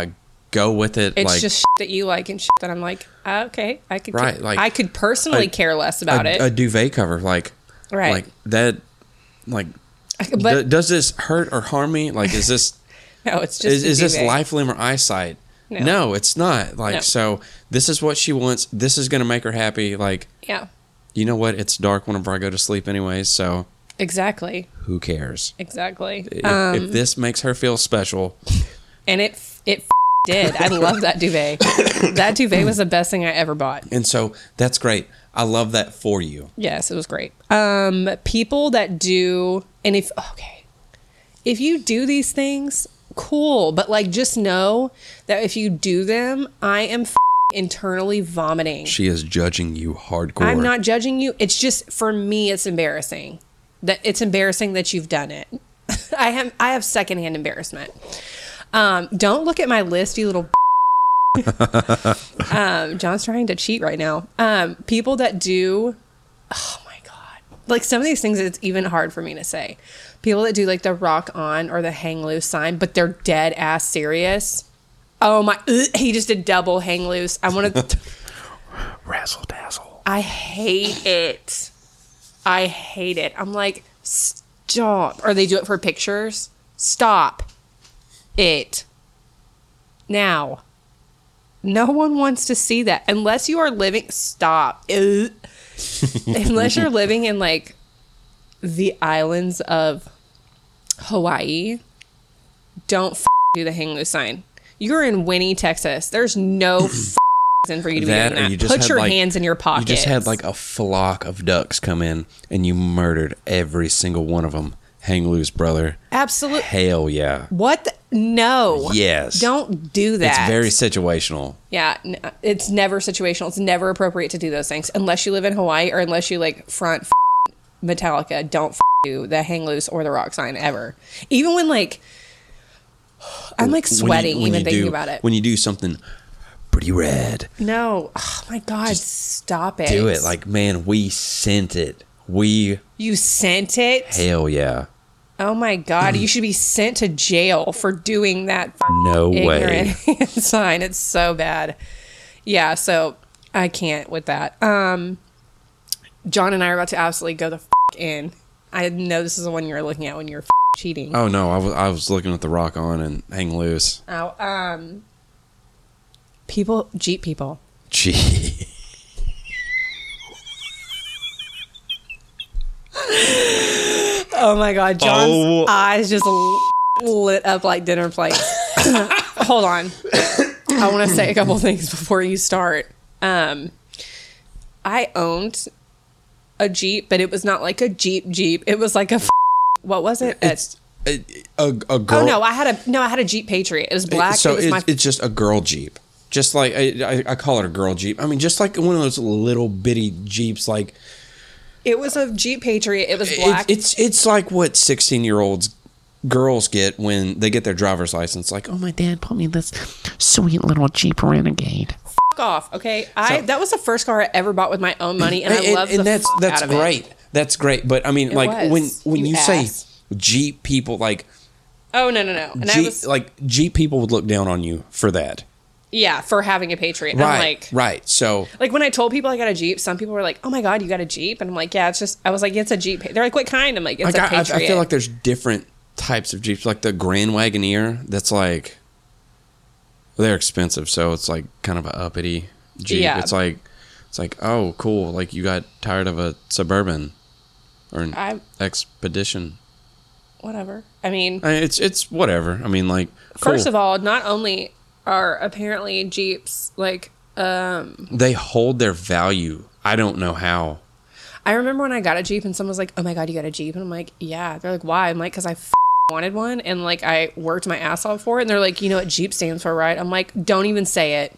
Speaker 2: I go with it.
Speaker 1: it's
Speaker 2: like,
Speaker 1: just shit that you like and shit that I'm like, ah, okay, I could,
Speaker 2: Right, like-
Speaker 1: like, I could personally
Speaker 2: a-
Speaker 1: care less about
Speaker 2: a,
Speaker 1: it.
Speaker 2: a duvet cover, like,
Speaker 1: Right.
Speaker 2: like that, like.
Speaker 1: but
Speaker 2: d- does this hurt or harm me? Like, is this
Speaker 1: no, it's just
Speaker 2: is,
Speaker 1: a
Speaker 2: is this
Speaker 1: duvet.
Speaker 2: life limb or eyesight? No,
Speaker 1: No.
Speaker 2: it's not. Like,
Speaker 1: No.
Speaker 2: so this is what she wants. This is gonna make her happy. Like,
Speaker 1: Yeah,
Speaker 2: you know what? It's dark whenever I go to sleep, anyways. So
Speaker 1: exactly,
Speaker 2: who cares?
Speaker 1: exactly.
Speaker 2: If,
Speaker 1: Um,
Speaker 2: if this makes her feel special,
Speaker 1: and it f- it did. I love that duvet. that duvet was the best thing I ever bought.
Speaker 2: And so that's great. I love that for you.
Speaker 1: Yes, it was great. Um, people that do, and if okay, if you do these things, cool. But like, just know that if you do them, I am f- internally vomiting.
Speaker 2: She is judging you hardcore.
Speaker 1: I'm not judging you. It's just for me, it's embarrassing that it's embarrassing that you've done it. I have I have secondhand embarrassment. Um, don't look at my list, you little. um, John's trying to cheat right now. Um, people that do, oh my god, like some of these things, it's even hard for me to say. People that do like the rock on or the hang loose sign, but they're dead ass serious. Oh my! he just did double hang loose. I want to.
Speaker 2: razzle dazzle.
Speaker 1: I hate it. I hate it. I'm like, stop. Or they do it for pictures. Stop it. Now, no one wants to see that unless you are living. Stop. Ugh. unless you're living in like the islands of Hawaii, don't f- do the hang loose sign. You're in Winnie, Texas. There's no f- reason for you to be
Speaker 2: That
Speaker 1: doing
Speaker 2: or
Speaker 1: that.
Speaker 2: you just
Speaker 1: Put
Speaker 2: had
Speaker 1: your
Speaker 2: like,
Speaker 1: hands in your pockets.
Speaker 2: You just had like a flock of ducks come in and you murdered every single one of them. Hang loose, brother.
Speaker 1: absolutely.
Speaker 2: Hell yeah.
Speaker 1: What? The, no.
Speaker 2: Yes.
Speaker 1: Don't do that.
Speaker 2: It's very situational.
Speaker 1: Yeah, n- uh, it's never situational. It's never appropriate to do those things unless you live in Hawaii or unless you like front f- Metallica. Don't f- do the hang loose or the rock sign ever. Even when like I'm like
Speaker 2: When you-
Speaker 1: sweating
Speaker 2: when
Speaker 1: even
Speaker 2: you
Speaker 1: thinking
Speaker 2: do-
Speaker 1: about it.
Speaker 2: When you do something pretty rad,
Speaker 1: no, oh my god, stop it.
Speaker 2: do it. Like, man, we sent it. We,
Speaker 1: you sent it.
Speaker 2: hell yeah.
Speaker 1: Oh my god, you should be sent to jail for doing that. f-
Speaker 2: No way.
Speaker 1: ignorant sign. It's so bad. Yeah, so I can't with that. Um, John and I are about to absolutely go the f- in. I know this is the one you're looking at when you're f- cheating.
Speaker 2: Oh, no. I was, I was looking at the rock on and hang loose.
Speaker 1: Ow, um, people, Jeep people.
Speaker 2: Gee.
Speaker 1: Oh my God, John's
Speaker 2: Oh.
Speaker 1: eyes just l- lit up like dinner plates. Hold on. I want to say a couple things before you start. Um, I owned a Jeep, but it was not like a Jeep Jeep. It was like a f- what was it? A-
Speaker 2: It's a, a, a girl.
Speaker 1: oh no, I had a no, I had a Jeep Patriot. It was black.
Speaker 2: so
Speaker 1: it was
Speaker 2: it-
Speaker 1: my
Speaker 2: it's just a girl jeep just like I, I, I call it a girl jeep i mean just like one of those little bitty jeeps like
Speaker 1: it was a Jeep Patriot. It was
Speaker 2: it,
Speaker 1: black.
Speaker 2: it's it's like what 16 year olds girls get when they get their driver's license like oh my
Speaker 3: my dad put me in this sweet little Jeep Renegade.
Speaker 1: F- off, okay. I that was the first car I ever bought with my own money, and, I
Speaker 2: and,
Speaker 1: love
Speaker 2: and
Speaker 1: the
Speaker 2: that's
Speaker 1: f-
Speaker 2: that's
Speaker 1: out of it.
Speaker 2: great that's great but i mean like when
Speaker 1: was,
Speaker 2: when
Speaker 1: you
Speaker 2: you, say
Speaker 1: ass.
Speaker 2: jeep people like
Speaker 1: Oh no no no! And I
Speaker 2: jeep
Speaker 1: was
Speaker 2: like jeep people would look down on you for that
Speaker 1: yeah for having a Patriot.
Speaker 2: right
Speaker 1: I'm like
Speaker 2: right so
Speaker 1: Like when I told people I got a Jeep, some people were like, "Oh my god, you got a Jeep?" And I'm like, "Yeah, it's just." I was like, "It's a Jeep." They're like, "What kind?" I'm like, "It's
Speaker 2: like
Speaker 1: a
Speaker 2: I, I, I
Speaker 1: Patriot."
Speaker 2: feel like there's different types of jeeps like the grand wagoneer that's like they're expensive so it's like kind of a uppity jeep
Speaker 1: Yeah.
Speaker 2: it's like it's like oh cool like you got tired of a suburban or an
Speaker 1: I-
Speaker 2: expedition
Speaker 1: whatever. I mean,
Speaker 2: I mean, it's it's whatever i mean like
Speaker 1: first of all, not only are apparently Jeeps like, um,
Speaker 2: they hold their value i don't know how
Speaker 1: I remember when I got a Jeep and someone was like, "Oh my god, you got a Jeep?" And I'm like, "Yeah." They're like, "Why?" I'm like, "Cause I." F- wanted one and like I worked my ass off for it and they're like you know what Jeep stands for right I'm like don't even say it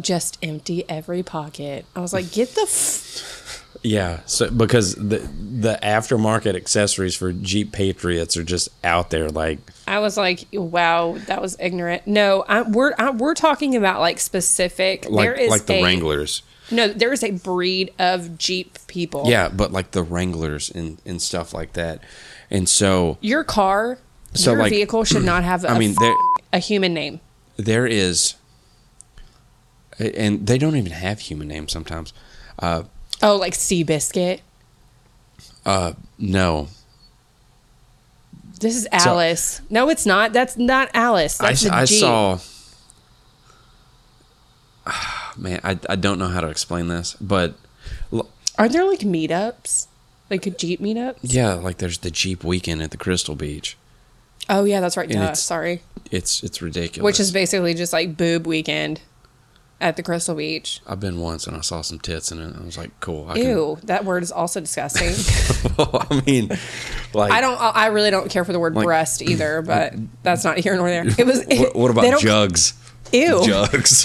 Speaker 1: just empty every pocket I was like get the f-
Speaker 2: yeah so because the the aftermarket accessories for jeep patriots are just out there like
Speaker 1: I was like, "Wow, that was ignorant." No, I, we're I, we're talking about like specific. there
Speaker 2: like
Speaker 1: is
Speaker 2: like the
Speaker 1: a,
Speaker 2: wranglers
Speaker 1: No, there is a breed of Jeep people.
Speaker 2: Yeah, but like the Wranglers and, and stuff like that. And so
Speaker 1: your car,
Speaker 2: So,
Speaker 1: your
Speaker 2: like,
Speaker 1: vehicle should not have. I
Speaker 2: I mean,
Speaker 1: mean,
Speaker 2: there-
Speaker 1: a human name.
Speaker 2: there is, and they don't even have human names sometimes. Uh,
Speaker 1: Oh, like Sea Biscuit.
Speaker 2: no,
Speaker 1: This is Alice. no, it's not. That's not Alice.
Speaker 2: I,
Speaker 1: That's a
Speaker 2: I
Speaker 1: Jeep.
Speaker 2: saw. Man, I, I don't know how to explain this, but l-
Speaker 1: Aren't there like meetups, like a Jeep meetup?
Speaker 2: yeah, like there's the Jeep weekend at the Crystal Beach,
Speaker 1: Oh yeah, that's right.
Speaker 2: And
Speaker 1: Duh,
Speaker 2: it's-
Speaker 1: sorry.
Speaker 2: It's it's ridiculous.
Speaker 1: Which is basically just like boob weekend at the Crystal Beach.
Speaker 2: I've been once and I saw some tits in it. And I was like, cool. I
Speaker 1: Ew, that word is also disgusting.
Speaker 2: Can, I mean, like
Speaker 1: I don't. I I really don't care for the word
Speaker 2: Like- mm,
Speaker 1: breast either, but that's not here nor there. It was.
Speaker 2: What, what
Speaker 1: they
Speaker 2: about
Speaker 1: don't-
Speaker 2: jugs?
Speaker 1: Ew.
Speaker 2: Jugs.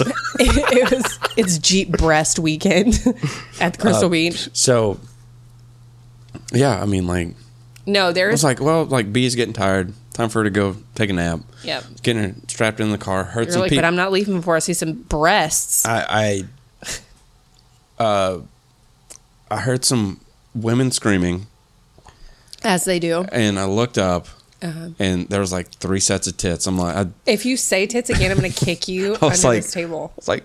Speaker 1: it was. It's Jeep breast weekend at the
Speaker 2: Uh,
Speaker 1: Crystal Beach.
Speaker 2: so, yeah, I mean, like
Speaker 1: No,
Speaker 2: I was
Speaker 1: there's.
Speaker 2: like, well, like B's getting tired. Time for her to go take a nap.
Speaker 1: Yep.
Speaker 2: Getting her strapped in the car. Heard
Speaker 1: You're
Speaker 2: some
Speaker 1: like,
Speaker 2: peop-
Speaker 1: but I'm not leaving before I see some breasts.
Speaker 2: I, I, uh, I heard some women screaming,
Speaker 1: As they do.
Speaker 2: and I looked up,
Speaker 1: Uh-huh.
Speaker 2: and there was like three sets of tits. I'm like, I, I
Speaker 1: If you say tits again, I'm gonna kick you under
Speaker 2: was like,
Speaker 1: this table.
Speaker 2: I was like,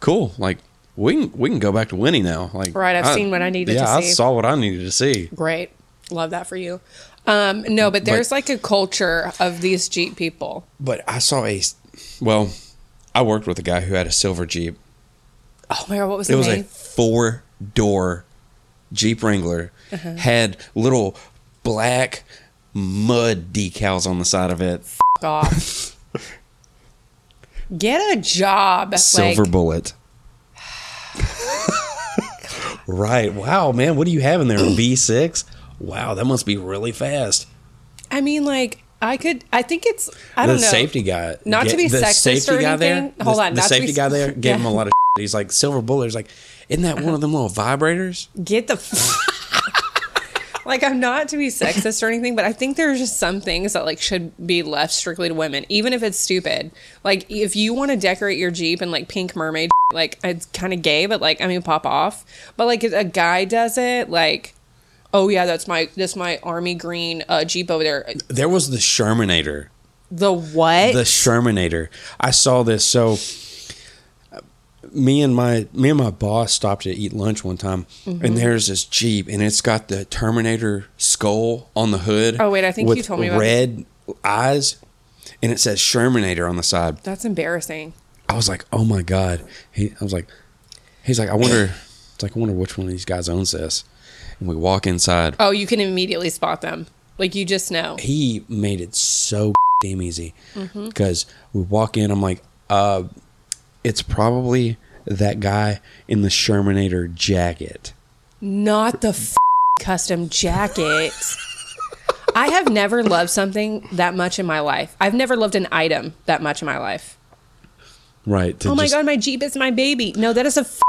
Speaker 2: cool, like we can we can go back to Winnie now. Like,
Speaker 1: Right, I've seen what I needed to
Speaker 2: Yeah, I
Speaker 1: see.
Speaker 2: saw what I needed to see.
Speaker 1: Great, love that for you. Um, no, but there's like a culture of these Jeep people.
Speaker 2: But I saw a, s- well, I worked with a guy who had a silver Jeep.
Speaker 1: Oh my god, what was
Speaker 2: It
Speaker 1: the
Speaker 2: was a
Speaker 1: name?
Speaker 2: four door Jeep Wrangler.
Speaker 1: Uh-huh.
Speaker 2: Had little black mud decals on the side of it.
Speaker 1: F- off. Get a job.
Speaker 2: Silver
Speaker 1: like,
Speaker 2: bullet. right. Wow, man. What do you have in there? A V6? Wow, that must be really fast.
Speaker 1: I mean, like I could. I think it's. I
Speaker 2: The
Speaker 1: don't know.
Speaker 2: safety guy.
Speaker 1: Not to be
Speaker 2: the
Speaker 1: sexist
Speaker 2: safety
Speaker 1: or
Speaker 2: guy
Speaker 1: anything.
Speaker 2: There,
Speaker 1: Hold
Speaker 2: the,
Speaker 1: on,
Speaker 2: The
Speaker 1: not to be
Speaker 2: safety guy there gave him a
Speaker 1: Yeah.
Speaker 2: lot of shit. He's like, silver bullet. He's like, isn't that one of them little vibrators?
Speaker 1: Get the. F- like I'm not to be sexist or anything, but I think there's just some things that like should be left strictly to women, even if it's stupid. Like if you want to decorate your Jeep in like pink mermaid, like it's kind of gay, but like I mean pop off. But like if a guy does it, like. Oh yeah, that's my that's my army green uh, Jeep over there.
Speaker 2: There was the Shermanator.
Speaker 1: The what?
Speaker 2: the Shermanator. I saw this. So uh, me and my me and my boss stopped to eat lunch one time,
Speaker 1: Mm-hmm.
Speaker 2: and there's this Jeep, and it's got the Terminator skull on the hood.
Speaker 1: Oh, wait, I think you
Speaker 2: with
Speaker 1: told me about
Speaker 2: red eyes, and it says Shermanator on the side.
Speaker 1: That's embarrassing.
Speaker 2: I was like, oh my god. He, I was like, he's like, I wonder. It's like I wonder which one of these guys owns this. And we walk inside.
Speaker 1: Oh, you can immediately spot them. Like you just know.
Speaker 2: he made it so damn easy
Speaker 1: Mm-hmm.
Speaker 2: because we walk in i'm like uh it's probably that guy in the shermanator jacket
Speaker 1: Not the f- custom jacket. I have never loved something that much in my life. I've never loved an item that much in my life.
Speaker 2: right to
Speaker 1: Oh my
Speaker 2: just-
Speaker 1: god, my Jeep is my baby. No, that is a f-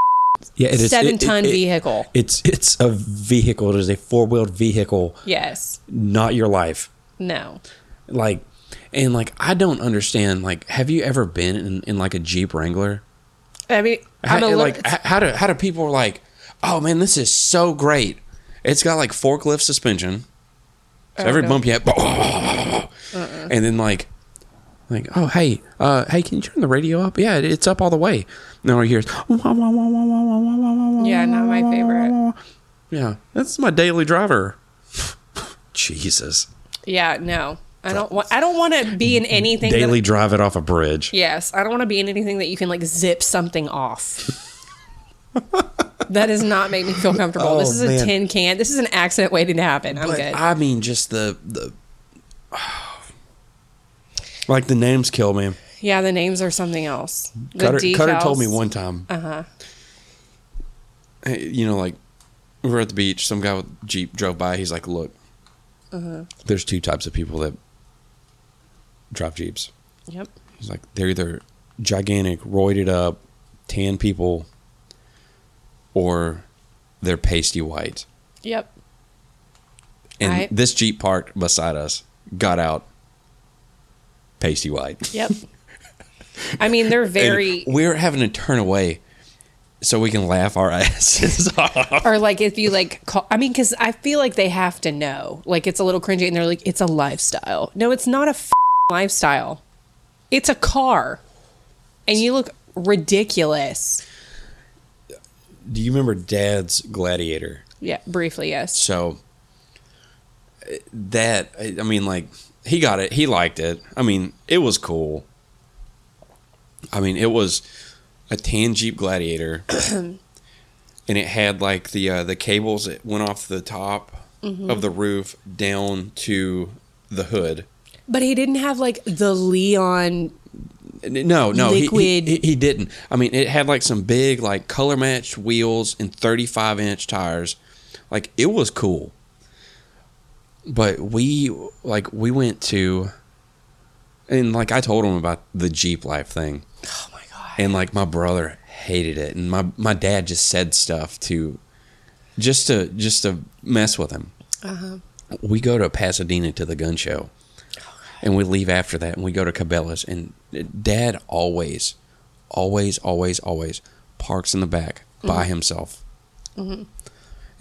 Speaker 2: yeah it is- it-
Speaker 1: seven ton
Speaker 2: it- it-
Speaker 1: vehicle.
Speaker 2: it's it's a vehicle it is a four-wheeled vehicle
Speaker 1: yes.
Speaker 2: not your life
Speaker 1: No.
Speaker 2: like and like i don't understand like have you ever been in, in like a jeep wrangler
Speaker 1: I mean, I'm a
Speaker 2: How-
Speaker 1: little,
Speaker 2: like h- how do how do people like oh man this is so great it's got like forklift suspension so every
Speaker 1: Oh, no. Uh-uh.
Speaker 2: bump you have and then like like oh hey uh hey can you turn the radio up yeah it, it's up all the way and all you hear is wah, wah, wah, wah, wah, wah, wah, wah, wah, wah,
Speaker 1: yeah, not my favorite.
Speaker 2: yeah that's my daily driver jesus
Speaker 1: Yeah, no. I don't want. I don't want to be in anything. that-
Speaker 2: Mm-hmm. daily drive it off a bridge
Speaker 1: Yes, I don't want to be in anything that you can like zip something off. that does not make me feel comfortable. this
Speaker 2: Oh,
Speaker 1: is a
Speaker 2: man.
Speaker 1: tin can. This is an accident waiting to happen. I'm
Speaker 2: But
Speaker 1: good.
Speaker 2: I mean, just the the like the names kill me.
Speaker 1: yeah, the names are something else. The
Speaker 2: Cutter, Cutter told me
Speaker 1: decals. Uh-huh.
Speaker 2: one time. Uh huh. You know, like we were at the beach. Some guy with jeep drove by. He's like, "Look,
Speaker 1: Uh-huh.
Speaker 2: there's two types of people that drive jeeps."
Speaker 1: Yep.
Speaker 2: He's like, "They're either gigantic, roided up, tan people, or they're pasty white."
Speaker 1: Yep.
Speaker 2: And
Speaker 1: Right.
Speaker 2: this Jeep parked beside us, got out, pasty white.
Speaker 1: Yep. I mean, they're very.
Speaker 2: And we're having to turn away so we can laugh our asses off.
Speaker 1: Or like if you like call, I mean, because I feel like they have to know. Like it's a little cringy, and they're like, "It's a lifestyle." No, it's not a f- lifestyle. It's a car, and you look ridiculous.
Speaker 2: Do you remember Dad's Gladiator?
Speaker 1: Yeah, briefly, yes.
Speaker 2: So uh, that I I mean, like he got it, he liked it. I mean, it was cool. I mean, it was a tan Jeep Gladiator, and it had like the uh, the cables that went off the top of the roof down to the hood.
Speaker 1: But he didn't have like the Leon.
Speaker 2: N- No, no, he- he-
Speaker 1: Liquid-
Speaker 2: He, he, didn't. I mean, it had like some big, like color matched wheels and 35 inch tires. Like it was cool. But we, like, we went to, and like I told him about the Jeep life thing,
Speaker 1: Oh my god.
Speaker 2: and like my brother hated it, and my my dad just said stuff to, just to just to mess with him.
Speaker 1: Uh-huh.
Speaker 2: We go to Pasadena to the gun show and we leave after that and we go to cabela's and dad always always always always parks in the back by himself and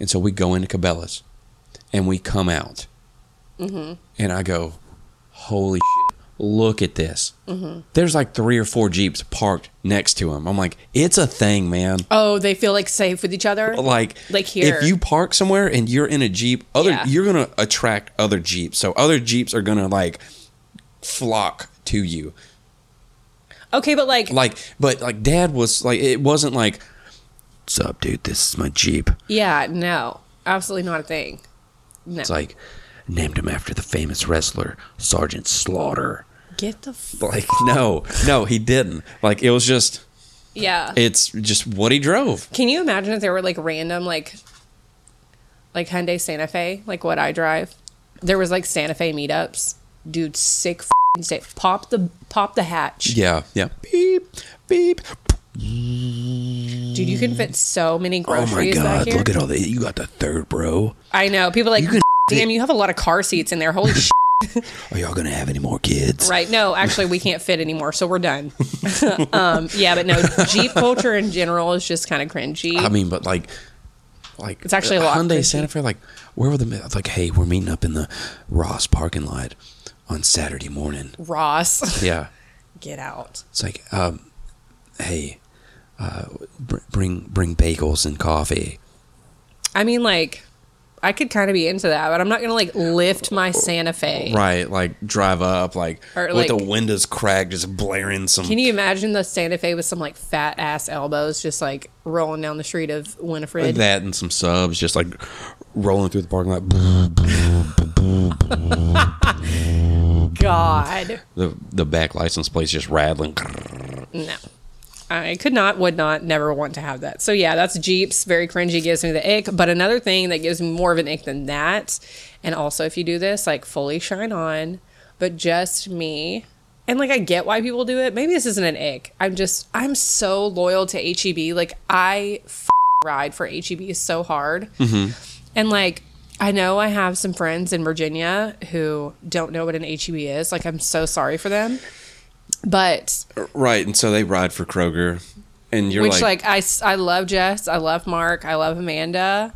Speaker 2: so we go into cabela's and we come out and i go holy shit, look at this there's like three or four jeeps parked next to him i'm like it's a thing man
Speaker 1: Oh, they feel like safe with each other.
Speaker 2: like
Speaker 1: Like here.
Speaker 2: if you park somewhere and you're in a jeep other
Speaker 1: Yeah.
Speaker 2: you're gonna attract other jeeps so other jeeps are gonna like flock to you
Speaker 1: okay, but like,
Speaker 2: like but like dad was like it wasn't like what's up dude this is my jeep
Speaker 1: yeah, no, absolutely not a thing. No.
Speaker 2: it's like named him after the famous wrestler sergeant slaughter
Speaker 1: Get the f-
Speaker 2: like no no he didn't like it was just
Speaker 1: yeah.
Speaker 2: it's just what he drove
Speaker 1: Can you imagine if there were like random like like Hyundai Santa Fe, like what I drive? There was like Santa Fe meetups. Dude, sick f***ing state. Pop the pop the hatch.
Speaker 2: yeah yeah beep beep
Speaker 1: Dude, you can fit so many
Speaker 2: oh
Speaker 1: groceries
Speaker 2: my god
Speaker 1: back here.
Speaker 2: look at all the you got the third bro
Speaker 1: I know. People are like,
Speaker 2: You can
Speaker 1: damn, you have a lot of car seats in there. Holy shit.
Speaker 2: are y'all gonna have any more kids
Speaker 1: Right. No, actually, we can't fit anymore, so we're done. um, yeah, but no, Jeep culture in general is just kind of cringy.
Speaker 2: I mean, but like, like
Speaker 1: It's actually a lot,
Speaker 2: Hyundai
Speaker 1: Chrissy.
Speaker 2: Santa Fe. Like, where were the I was like? Hey, we're meeting up in the Ross parking lot on Saturday morning.
Speaker 1: Ross,
Speaker 2: Yeah,
Speaker 1: get out.
Speaker 2: it's like, um, hey, uh, br- bring bring bagels and coffee.
Speaker 1: I mean, like, I could kind of be into that, but I'm not going to like lift my Santa Fe.
Speaker 2: Right, like drive up, like
Speaker 1: Or,
Speaker 2: with
Speaker 1: like-
Speaker 2: the windows cracked, just blaring some.
Speaker 1: Can you imagine the Santa Fe with some like fat ass elbows just like rolling down the street of Winifred?
Speaker 2: that and some subs, just like rolling through the parking lot.
Speaker 1: God.
Speaker 2: The the back license plate's just rattling.
Speaker 1: No. I could not, would not, never want to have that. So yeah, that's Jeeps. Very cringy, gives me the ick. But another thing that gives me more of an ick than that, and also if you do this, like fully shine on, but just me. And like I get why people do it. Maybe this isn't an ick. I'm just I'm so loyal to HEB. Like I f- ride for HEB so hard. And like, I know I have some friends in Virginia who don't know what an HEB is. Like, I'm so sorry for them. But
Speaker 2: Right, and so they ride for Kroger, and you're
Speaker 1: which, like, I, s- I love Jess, I love Mark, I love Amanda,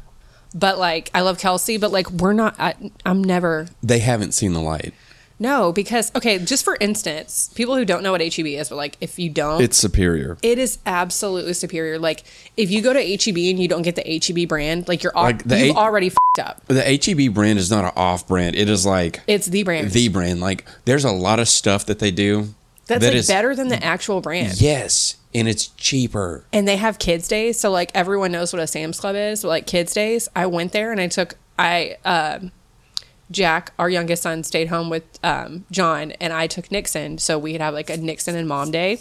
Speaker 1: but like, I love Kelsey, but like, we're not, I, I'm never,
Speaker 2: they haven't seen the light.
Speaker 1: no, because, okay, just for instance, people who don't know what HEB is, but like, if you don't,
Speaker 2: It's superior.
Speaker 1: it is absolutely superior. Like, if you go to HEB and you don't get the HEB brand, like, you're al-
Speaker 2: Like, the
Speaker 1: you've
Speaker 2: H-
Speaker 1: already f- up.
Speaker 2: The HEB brand is not an off brand. It is like
Speaker 1: It's the brand.
Speaker 2: the brand. Like there's a lot of stuff that they do
Speaker 1: That's
Speaker 2: that
Speaker 1: like
Speaker 2: is-
Speaker 1: better than the actual brand.
Speaker 2: Yes, and it's cheaper.
Speaker 1: and they have kids days so like everyone knows what a sam's club is but like kids days i went there and i took i um jack our youngest son stayed home with um, john and i took nixon so we could have like a nixon and mom day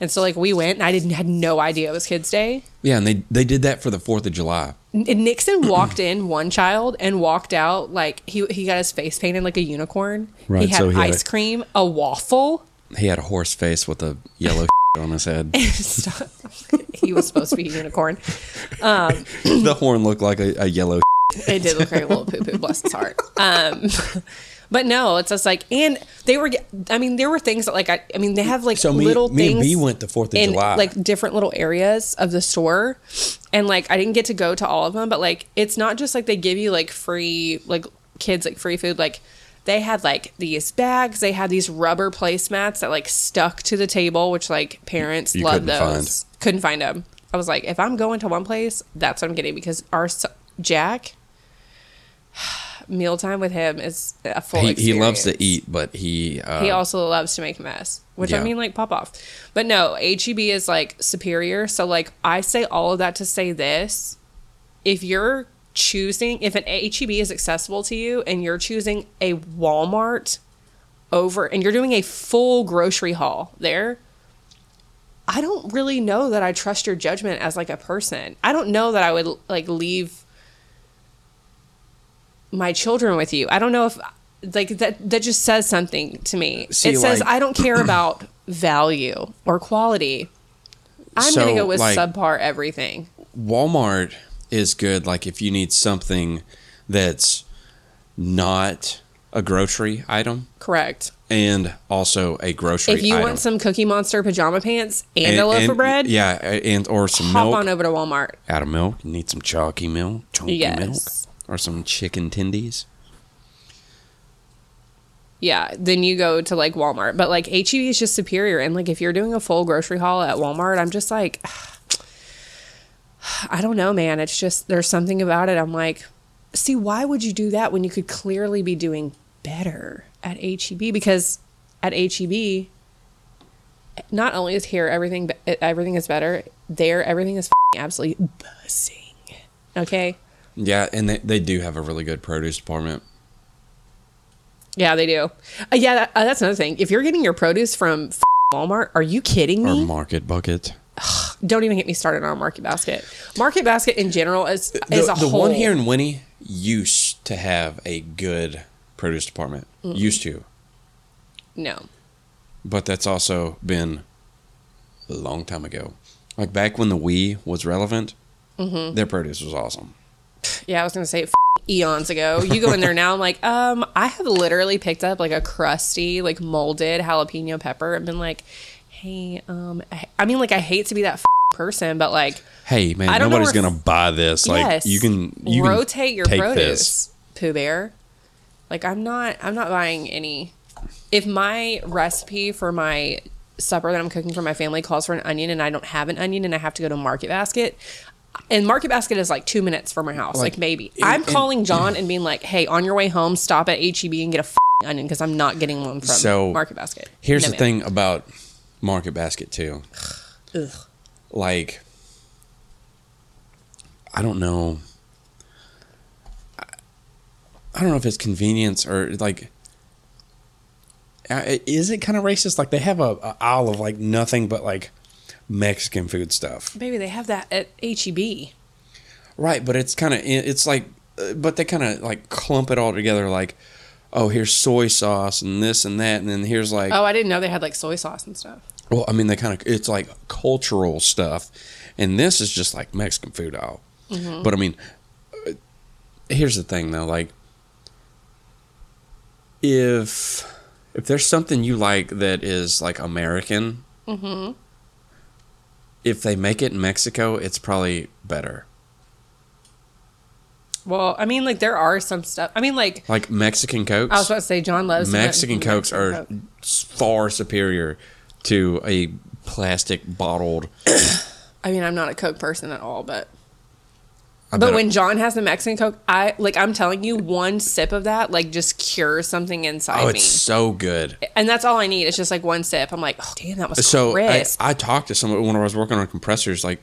Speaker 1: and so like we went and i didn't had no idea it was kids day
Speaker 2: Yeah, and they they did that for the Fourth of July.
Speaker 1: and nixon walked in one child and walked out like he, he got his face painted like a unicorn he
Speaker 2: Right,
Speaker 1: had
Speaker 2: so he had
Speaker 1: ice
Speaker 2: a-
Speaker 1: cream a waffle
Speaker 2: He had a horse face with a yellow on his head.
Speaker 1: Stop. he was supposed to be a unicorn
Speaker 2: the horn looked like a, a yellow.
Speaker 1: It did look like a little poo poo. Bless its heart. Um, but no, it's just like, and they were. get- I mean, there were things that like I. I mean, they have like
Speaker 2: So me-
Speaker 1: little
Speaker 2: me and
Speaker 1: things.
Speaker 2: B went to Fourth of
Speaker 1: in,
Speaker 2: July.
Speaker 1: like different little areas of the store, and like I didn't get to go to all of them, but like it's not just like they give you like free like kids like free food like. They had like these bags. They had these rubber placemats that like stuck to the table, which like parents
Speaker 2: You
Speaker 1: love
Speaker 2: couldn't find.
Speaker 1: those. Couldn't find them. I was like, if I'm going to one place, that's what I'm getting because our so- Jack mealtime with him is a full.
Speaker 2: He, he loves to
Speaker 1: experience.
Speaker 2: eat, but he uh,
Speaker 1: He also loves to make a mess, which
Speaker 2: Yeah.
Speaker 1: I mean, like pop off. But no, HEB is like superior. So like I say all of that to say this: if you're E choosing, if an HEB is accessible to you, and you're choosing a Walmart, over and you're doing a full grocery haul there, I don't really know that I trust your judgment as like a person. I don't know that I would like leave my children with you. I don't know if like that that just says something to me.
Speaker 2: See,
Speaker 1: it says
Speaker 2: like-
Speaker 1: I don't care about value or quality. I'm
Speaker 2: So,
Speaker 1: gonna go with
Speaker 2: like-
Speaker 1: subpar everything.
Speaker 2: Walmart is good. Like if you need something that's not a grocery item
Speaker 1: Correct.
Speaker 2: and also a grocery.
Speaker 1: If you
Speaker 2: item.
Speaker 1: want some Cookie Monster pajama pants and, a loaf of bread,
Speaker 2: yeah, a- and or some
Speaker 1: hop
Speaker 2: milk
Speaker 1: on over to Walmart.
Speaker 2: out of milk. You need some chalky milk, chunky milk,
Speaker 1: Yes.
Speaker 2: or some chicken tendies.
Speaker 1: Yeah, then you go to like Walmart. But like HEB is just superior. And like if you're doing a full grocery haul at Walmart, I'm just like, I don't know, man. It's just there's something about it. I'm like, see, why would you do that when you could clearly be doing better at HEB? Because at HEB, not only is here everything be- everything is better, there everything is fing absolutely buzzing. Okay.
Speaker 2: Yeah, and they, they do have a really good produce department.
Speaker 1: Yeah, they do. Uh, yeah, that, uh, that's another thing. If you're getting your produce from f- Walmart, are you kidding
Speaker 2: Or
Speaker 1: me?
Speaker 2: market bucket.
Speaker 1: Don't even get me started on Market Basket. Market Basket in general is
Speaker 2: The,
Speaker 1: is a
Speaker 2: the
Speaker 1: whole.
Speaker 2: one here in Winnie used to have a good produce department. Used to.
Speaker 1: no,
Speaker 2: but that's also been a long time ago. Like back when the Wii was relevant,
Speaker 1: Mm-hmm.
Speaker 2: their produce was awesome.
Speaker 1: yeah, I was gonna say f- eons ago. You go in there now. I'm like, um, I have literally picked up like a crusty, like molded jalapeno pepper and been like, hey, um, I, I mean, like I hate to be that f- person, but like,
Speaker 2: Hey man,
Speaker 1: I don't know
Speaker 2: nobody's
Speaker 1: where-
Speaker 2: gonna buy this. Like
Speaker 1: yes,
Speaker 2: you can you can
Speaker 1: rotate your
Speaker 2: take this.
Speaker 1: produce, Pooh Bear. Like I'm not, I'm not buying any. If my recipe for my supper that I'm cooking for my family calls for an onion and I don't have an onion and I have to go to Market Basket, and Market Basket is like two minutes from my house, like,
Speaker 2: Like,
Speaker 1: maybe
Speaker 2: and-
Speaker 1: I'm
Speaker 2: and-
Speaker 1: calling John and being like, "Hey, on your way home, stop at HEB and get a f***ing onion because I'm not getting one from
Speaker 2: So,
Speaker 1: Market Basket."
Speaker 2: Here's
Speaker 1: No,
Speaker 2: the
Speaker 1: ma'am.
Speaker 2: thing about Market Basket too.
Speaker 1: Ugh.
Speaker 2: Like I don't know. I- I don't know if it's convenience or like. I- Is it kind of racist? Like they have a, a aisle of like nothing but like Mexican food stuff.
Speaker 1: Baby, they have that at E HEB.
Speaker 2: Right, but it's kind of it's like, uh, but they kind of like clump it all together. Like, oh, here's soy sauce and this and that, and then here's like,
Speaker 1: Oh, I didn't know they had like soy sauce and stuff.
Speaker 2: well, I mean, they kind of it's like cultural stuff, and this is just like Mexican food all.
Speaker 1: Mm-hmm.
Speaker 2: But I mean, uh, here's the thing though, like, if if there's something you like that is like American,
Speaker 1: Mm-hmm.
Speaker 2: if they make it in Mexico, it's probably better.
Speaker 1: Well, I mean, like there are some stuff. I mean, like
Speaker 2: Like Mexican cokes.
Speaker 1: I was about to say, John loves
Speaker 2: Mexican
Speaker 1: Mex-
Speaker 2: cokes
Speaker 1: Mexican
Speaker 2: are
Speaker 1: Coke.
Speaker 2: s far superior to a plastic bottled.
Speaker 1: I mean, I'm not a Coke person at all, but
Speaker 2: I
Speaker 1: but
Speaker 2: bet-
Speaker 1: when John has the Mexican Coke, I like I'm telling you, one sip of that like just cures something inside
Speaker 2: oh,
Speaker 1: me,
Speaker 2: it's so good.
Speaker 1: and that's all I need. It's just like one sip. I'm like, oh damn, that was
Speaker 2: So I,
Speaker 1: crisp.
Speaker 2: I talked to someone when I was working on compressors. Like,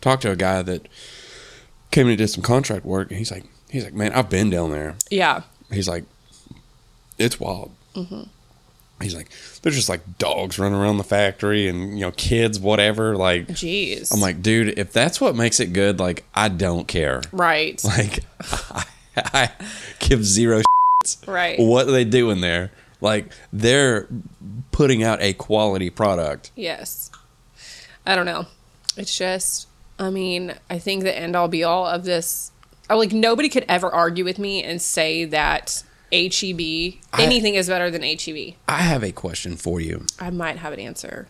Speaker 2: talked to a guy that came in and did some contract work, and he's like, he's like, man, I've been down there.
Speaker 1: yeah,
Speaker 2: He's like, it's wild.
Speaker 1: Mm-hmm.
Speaker 2: He's like, there's just like dogs running around the factory, and you know, kids, whatever. Like,
Speaker 1: jeez.
Speaker 2: I'm like, dude, if that's what makes it good, like, I don't care.
Speaker 1: right,
Speaker 2: Like, I, I give zero
Speaker 1: right,
Speaker 2: what they do in there. Like, they're putting out a quality product.
Speaker 1: yes. I don't know. It's just, I mean, I think the end all be all of this. oh, Like nobody could ever argue with me and say that HEB anything is better than HEB.
Speaker 2: I have a question for you.
Speaker 1: I might have an answer.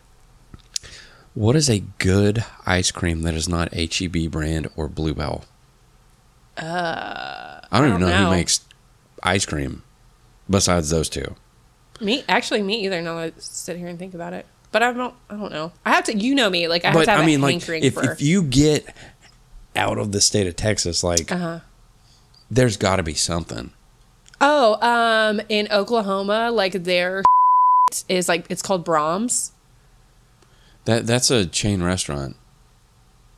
Speaker 2: What is a good ice cream that is not HEB brand or Bluebell? Uh, I don't even know,
Speaker 1: don't know.
Speaker 2: who makes ice cream besides those two.
Speaker 1: Me actually, me either. Now that I sit here and think about it, but I don't. I don't know. I have to. You know me. Like I have
Speaker 2: But
Speaker 1: to have
Speaker 2: I mean,
Speaker 1: a
Speaker 2: like,
Speaker 1: hankering
Speaker 2: if,
Speaker 1: for.
Speaker 2: if you get out of the state of Texas, like,
Speaker 1: uh-huh.
Speaker 2: there's got to be something.
Speaker 1: Oh, um, in Oklahoma, like their is like it's called Brahms.
Speaker 2: That That's a chain restaurant.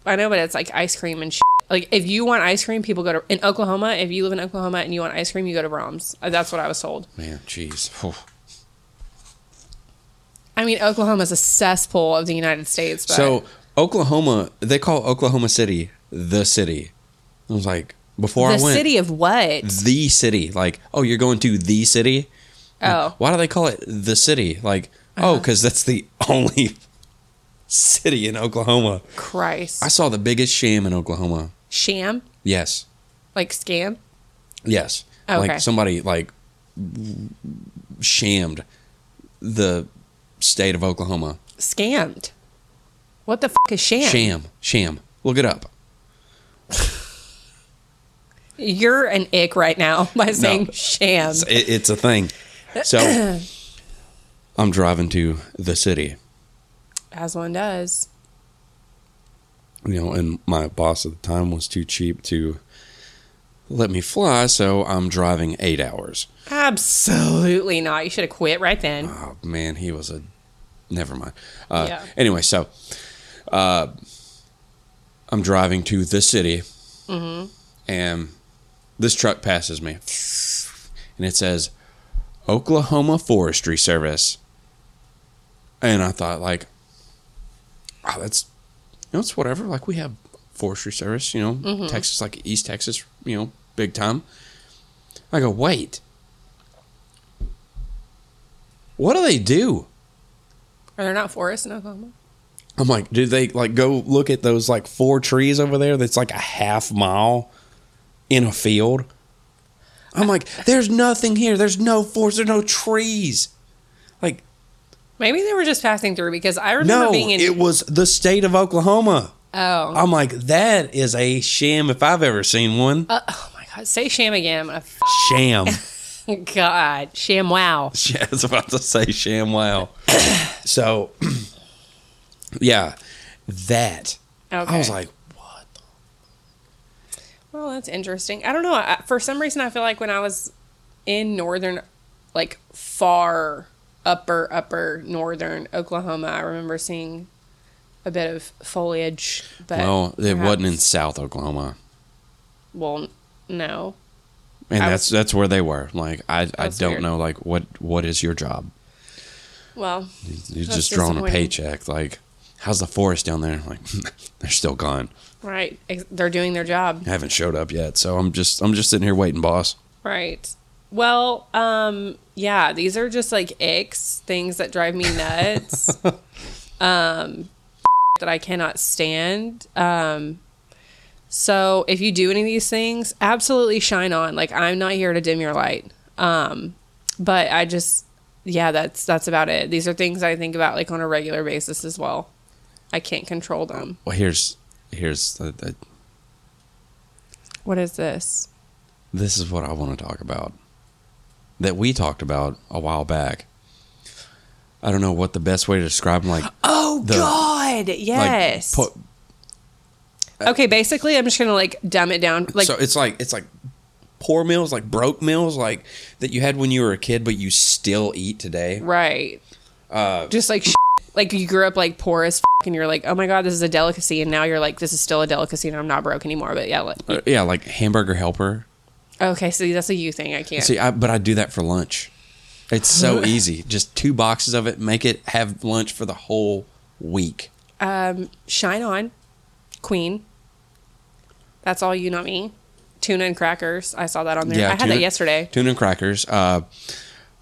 Speaker 1: I know, but it's like ice cream and. Like if you want ice cream, people go to in Oklahoma. If you live in Oklahoma and you want ice cream, you go to Brahms. Uh, That's what I was told.
Speaker 2: Man, jeez. Whew.
Speaker 1: I mean, Oklahoma's a cesspool of the United States. But
Speaker 2: So Oklahoma, they call Oklahoma City the city. I was like, before
Speaker 1: the
Speaker 2: I went,
Speaker 1: city of what?
Speaker 2: the city. Like, oh, you're going to the city.
Speaker 1: Oh, Uh-huh.
Speaker 2: Why do they call it the city? Like, oh, because that's the only city in Oklahoma.
Speaker 1: Christ!
Speaker 2: I saw the biggest sham in Oklahoma.
Speaker 1: Sham,
Speaker 2: Yes,
Speaker 1: like scam.
Speaker 2: yes.
Speaker 1: Oh, Okay.
Speaker 2: Like somebody like shammed the state of Oklahoma.
Speaker 1: scammed. What the fuck is sham?
Speaker 2: Sham, sham. Look it up.
Speaker 1: You're an ick right now by saying sham.
Speaker 2: It's, it- it's a thing. So I'm driving to the city,
Speaker 1: As one does.
Speaker 2: you know, and my boss at the time was too cheap to let me fly, so I'm driving eight hours.
Speaker 1: Absolutely not. You should have quit right then.
Speaker 2: Oh man, he was a. Never mind. Uh,
Speaker 1: Yeah.
Speaker 2: Anyway, so uh, I'm driving to the city, and this truck passes me, and it says Oklahoma Forestry Service, and I thought like, oh, that's you know it's whatever. Like we have forestry service, you know, Texas, like East Texas, you know, big time. I go wait. What do they do?
Speaker 1: Are there not forests in Oklahoma?
Speaker 2: I'm like, do they like go look at those like four trees over there that's like a half mile in a field? I'm like, there's nothing here. There's no forest. There's no trees. Like,
Speaker 1: Maybe they were just passing through because I remember
Speaker 2: no,
Speaker 1: being in.
Speaker 2: it was the state of Oklahoma.
Speaker 1: oh.
Speaker 2: I'm like, that is a sham if I've ever seen one.
Speaker 1: Uh, oh my God. Say sham again. I'm gonna
Speaker 2: sham.
Speaker 1: f- God. Sham wow.
Speaker 2: I was about to say sham wow. so, yeah, that.
Speaker 1: Okay.
Speaker 2: I was like, what?
Speaker 1: Well, that's interesting. I don't know. I, for some reason, I feel like when I was in northern, like far upper, upper northern Oklahoma, I remember seeing a bit of foliage. But
Speaker 2: Well, it
Speaker 1: perhaps-
Speaker 2: wasn't in South Oklahoma.
Speaker 1: Well, n- no.
Speaker 2: and
Speaker 1: I-
Speaker 2: that's that's where they were. Like I, I
Speaker 1: That's
Speaker 2: don't
Speaker 1: weird.
Speaker 2: know. Like what what is your job?
Speaker 1: Well,
Speaker 2: You're
Speaker 1: That's
Speaker 2: just drawing a
Speaker 1: disappointing.
Speaker 2: paycheck. Like how's the forest down there? Like they're still gone.
Speaker 1: right. Ex- They're doing their job.
Speaker 2: I haven't showed up yet. So I'm just I'm just sitting here waiting, boss.
Speaker 1: Right. Well, um, yeah, these are just like icks, things that drive me nuts. um that I cannot stand. Um so if you do any of these things, absolutely shine on. Like I'm not here to dim your light. Um but I just yeah, that's that's about it. These are things I think about like on a regular basis as well. I can't control them.
Speaker 2: Well, here's here's uh, the, the,
Speaker 1: What is this?
Speaker 2: this is what I want to talk about that we talked about a while back. I don't know what the best way to describe them. Like
Speaker 1: Oh
Speaker 2: The-
Speaker 1: God! Yes.
Speaker 2: like put,
Speaker 1: okay. Basically, I'm just gonna like dumb it down. Like
Speaker 2: Uh, so it's like it's like poor meals, like broke meals, like that you had when you were a kid, but you still eat today.
Speaker 1: Right.
Speaker 2: Uh,
Speaker 1: just like sh- like you grew up like poor as f- and you're like, oh my god, this is a delicacy, and now you're like, this is still a delicacy, and I'm not broke anymore. But yeah, like,
Speaker 2: Uh, yeah, like hamburger helper.
Speaker 1: okay, so that's a you thing. I can't.
Speaker 2: See, I, but I do that for lunch. It's so easy. Just two boxes of it. Make it have lunch for the whole week.
Speaker 1: Um, shine on, Queen. That's all you, not me. Tuna and crackers. I saw that on there. I had
Speaker 2: tuna-
Speaker 1: that yesterday.
Speaker 2: Tuna and crackers. Uh,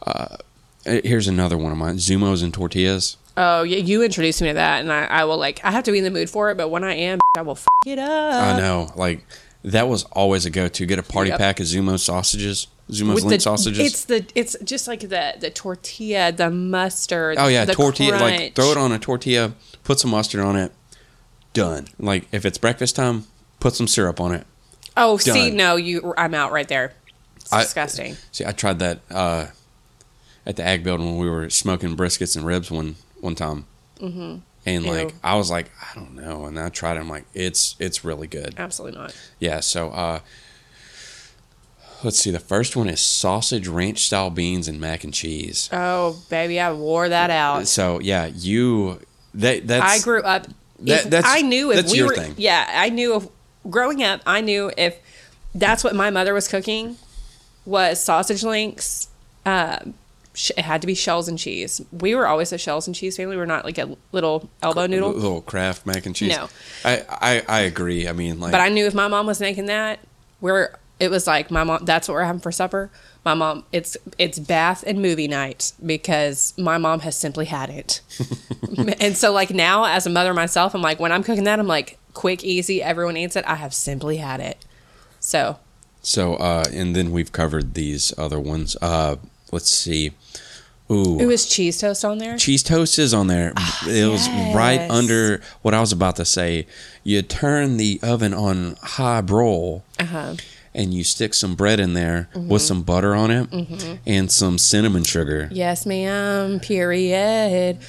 Speaker 2: uh, here's another one of mine: Zumos and tortillas.
Speaker 1: Oh, yeah, you introduced me to that, and I, I will like. I have to be in the mood for it, but when I am, I will f- it up.
Speaker 2: I know, like that was always a go-to. Get a party
Speaker 1: Uh, Yep.
Speaker 2: pack of Zumo sausages, Zumo's
Speaker 1: With
Speaker 2: link
Speaker 1: the-
Speaker 2: sausages.
Speaker 1: It's the it's just like the the tortilla, the mustard.
Speaker 2: oh yeah,
Speaker 1: the
Speaker 2: tortilla. Like
Speaker 1: crunch.
Speaker 2: throw it on a tortilla, put some mustard on it. Done. Like if it's breakfast time, put some syrup on it.
Speaker 1: Oh, see,
Speaker 2: Done.
Speaker 1: no, you. I'm out right there. It's
Speaker 2: I-
Speaker 1: disgusting.
Speaker 2: See, I tried that uh, at the ag building when we were smoking briskets and ribs one one time, mm-hmm. and like
Speaker 1: Ew.
Speaker 2: I was like, I don't know, and I tried it. I'm like, it's it's really good.
Speaker 1: Absolutely not.
Speaker 2: Yeah. So uh, let's see. The first one is sausage ranch style beans and mac and cheese.
Speaker 1: Oh, baby, I wore that out.
Speaker 2: So yeah, you that that's
Speaker 1: I grew up.
Speaker 2: That-
Speaker 1: if-
Speaker 2: that's-
Speaker 1: I knew if
Speaker 2: that's
Speaker 1: we
Speaker 2: your
Speaker 1: were.
Speaker 2: thing.
Speaker 1: Yeah, I knew if growing up, I knew if that's what my mother was cooking was sausage links, um, sh- it had to be shells and cheese. We were always a shells and cheese family. We are not like a little elbow
Speaker 2: L-
Speaker 1: noodle.
Speaker 2: little craft mac and cheese.
Speaker 1: No.
Speaker 2: I, I, I agree. I mean, like,
Speaker 1: But I knew if my mom was making that, we're it was like my mom. That's what we're having for supper. My mom, it's it's bath and movie night because my mom has simply had it. and so like now as a mother myself, I'm like when I'm cooking that, I'm like quick, easy, everyone eats it. I have simply had it. So
Speaker 2: so, uh, and then we've covered these other ones. Uh, let's see. Ooh.
Speaker 1: it was cheese toast on there.
Speaker 2: cheese toast is on there. it was right
Speaker 1: Ah, yes.
Speaker 2: under what I was about to say. You turn the oven on high broil
Speaker 1: Uh-huh.
Speaker 2: and you stick some bread in there
Speaker 1: Mm-hmm.
Speaker 2: with some butter on it and some cinnamon sugar.
Speaker 1: Yes, ma'am. Period.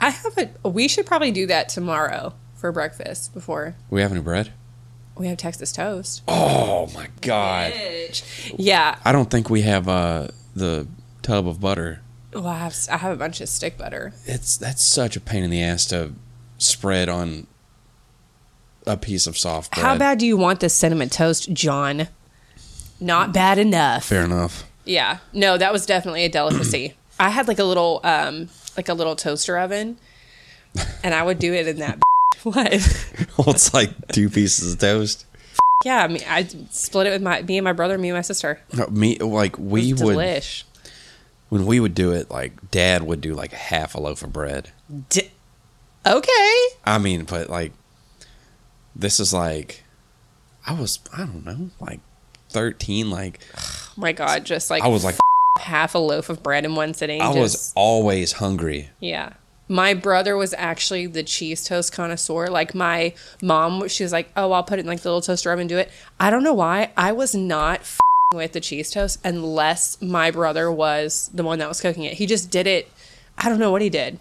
Speaker 1: I have a. We should probably do that tomorrow for breakfast before
Speaker 2: We have any bread?
Speaker 1: we have Texas toast.
Speaker 2: Oh my god.
Speaker 1: Yeah.
Speaker 2: I don't think we have uh the tub of butter.
Speaker 1: Well, I have, I have a bunch of stick butter.
Speaker 2: It's that's such a pain in the ass to spread on a piece of soft bread.
Speaker 1: How bad do you want this cinnamon toast, John? Not bad enough.
Speaker 2: Fair enough.
Speaker 1: Yeah. No, that was definitely a delicacy. I had like a little, um, like a little toaster oven, and I would do it in that. what?
Speaker 2: well, it's like two pieces of toast.
Speaker 1: Yeah. I mean, I split it with my me and my brother, me and my sister.
Speaker 2: No, me like we
Speaker 1: It was
Speaker 2: would
Speaker 1: delish.
Speaker 2: when we would do it, like dad would do like a half a loaf of bread.
Speaker 1: D- okay. Oh
Speaker 2: I mean, but like this is like I was I don't know, like thirteen, like
Speaker 1: my god just like
Speaker 2: I was like
Speaker 1: half a loaf of bread in one sitting
Speaker 2: I was
Speaker 1: just-
Speaker 2: always hungry.
Speaker 1: yeah my brother was actually the cheese toast connoisseur like my mom she was like oh i'll put it in like the little toaster oven and do it i don't know why i was not f- with the cheese toast unless my brother was the one that was cooking it he just did it i don't know what he did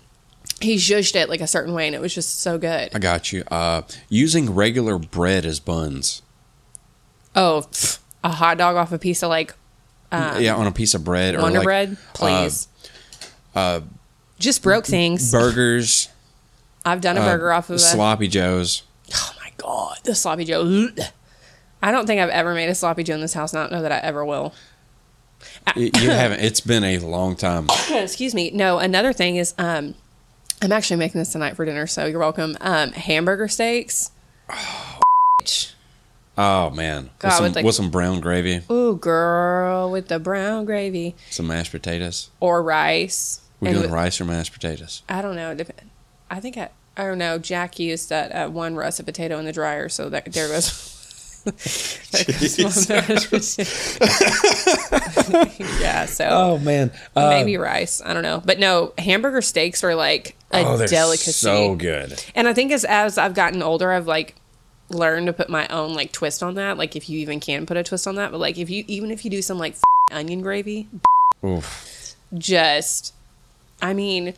Speaker 1: he zhuzhed it like a certain way and it was just so good
Speaker 2: I got you. Uh using regular bread as buns.
Speaker 1: oh pff, a hot dog off a piece of like
Speaker 2: yeah, on a piece of bread or
Speaker 1: Uh, wonder
Speaker 2: like, uh,
Speaker 1: bread please just broke things
Speaker 2: burgers, uh,
Speaker 1: i've done a burger off of a
Speaker 2: sloppy joes.
Speaker 1: Oh my god, the sloppy joe. Ugh. I don't think I've ever made a sloppy joe in this house. and I don't know that I ever will. Ah.
Speaker 2: Y- you haven't. It's been a long time.
Speaker 1: Excuse me. No, another thing is, um, I'm actually making this tonight for dinner, so you're welcome. Um, hamburger steaks.
Speaker 2: Oh man,
Speaker 1: God,
Speaker 2: with, some,
Speaker 1: with, like-
Speaker 2: with some brown gravy,
Speaker 1: Ooh, girl, with the brown gravy
Speaker 2: some mashed potatoes.
Speaker 1: or rice.
Speaker 2: We
Speaker 1: And
Speaker 2: doing
Speaker 1: with-
Speaker 2: rice or mashed potatoes?
Speaker 1: I don't know. It dep- I think I. I don't know. Jack used that uh, one russet potato in the dryer, so that there goes. there goes my mashed potato. yeah. So.
Speaker 2: Oh, man,
Speaker 1: maybe rice. I don't know, but no, hamburger steaks are like a delicacy.
Speaker 2: Oh, So good.
Speaker 1: And I think as as I've gotten older, I've like learned to put my own like twist on that. Like if you even can put a twist on that, but like if you even if you do some like f- onion gravy,
Speaker 2: Oof.
Speaker 1: just I mean,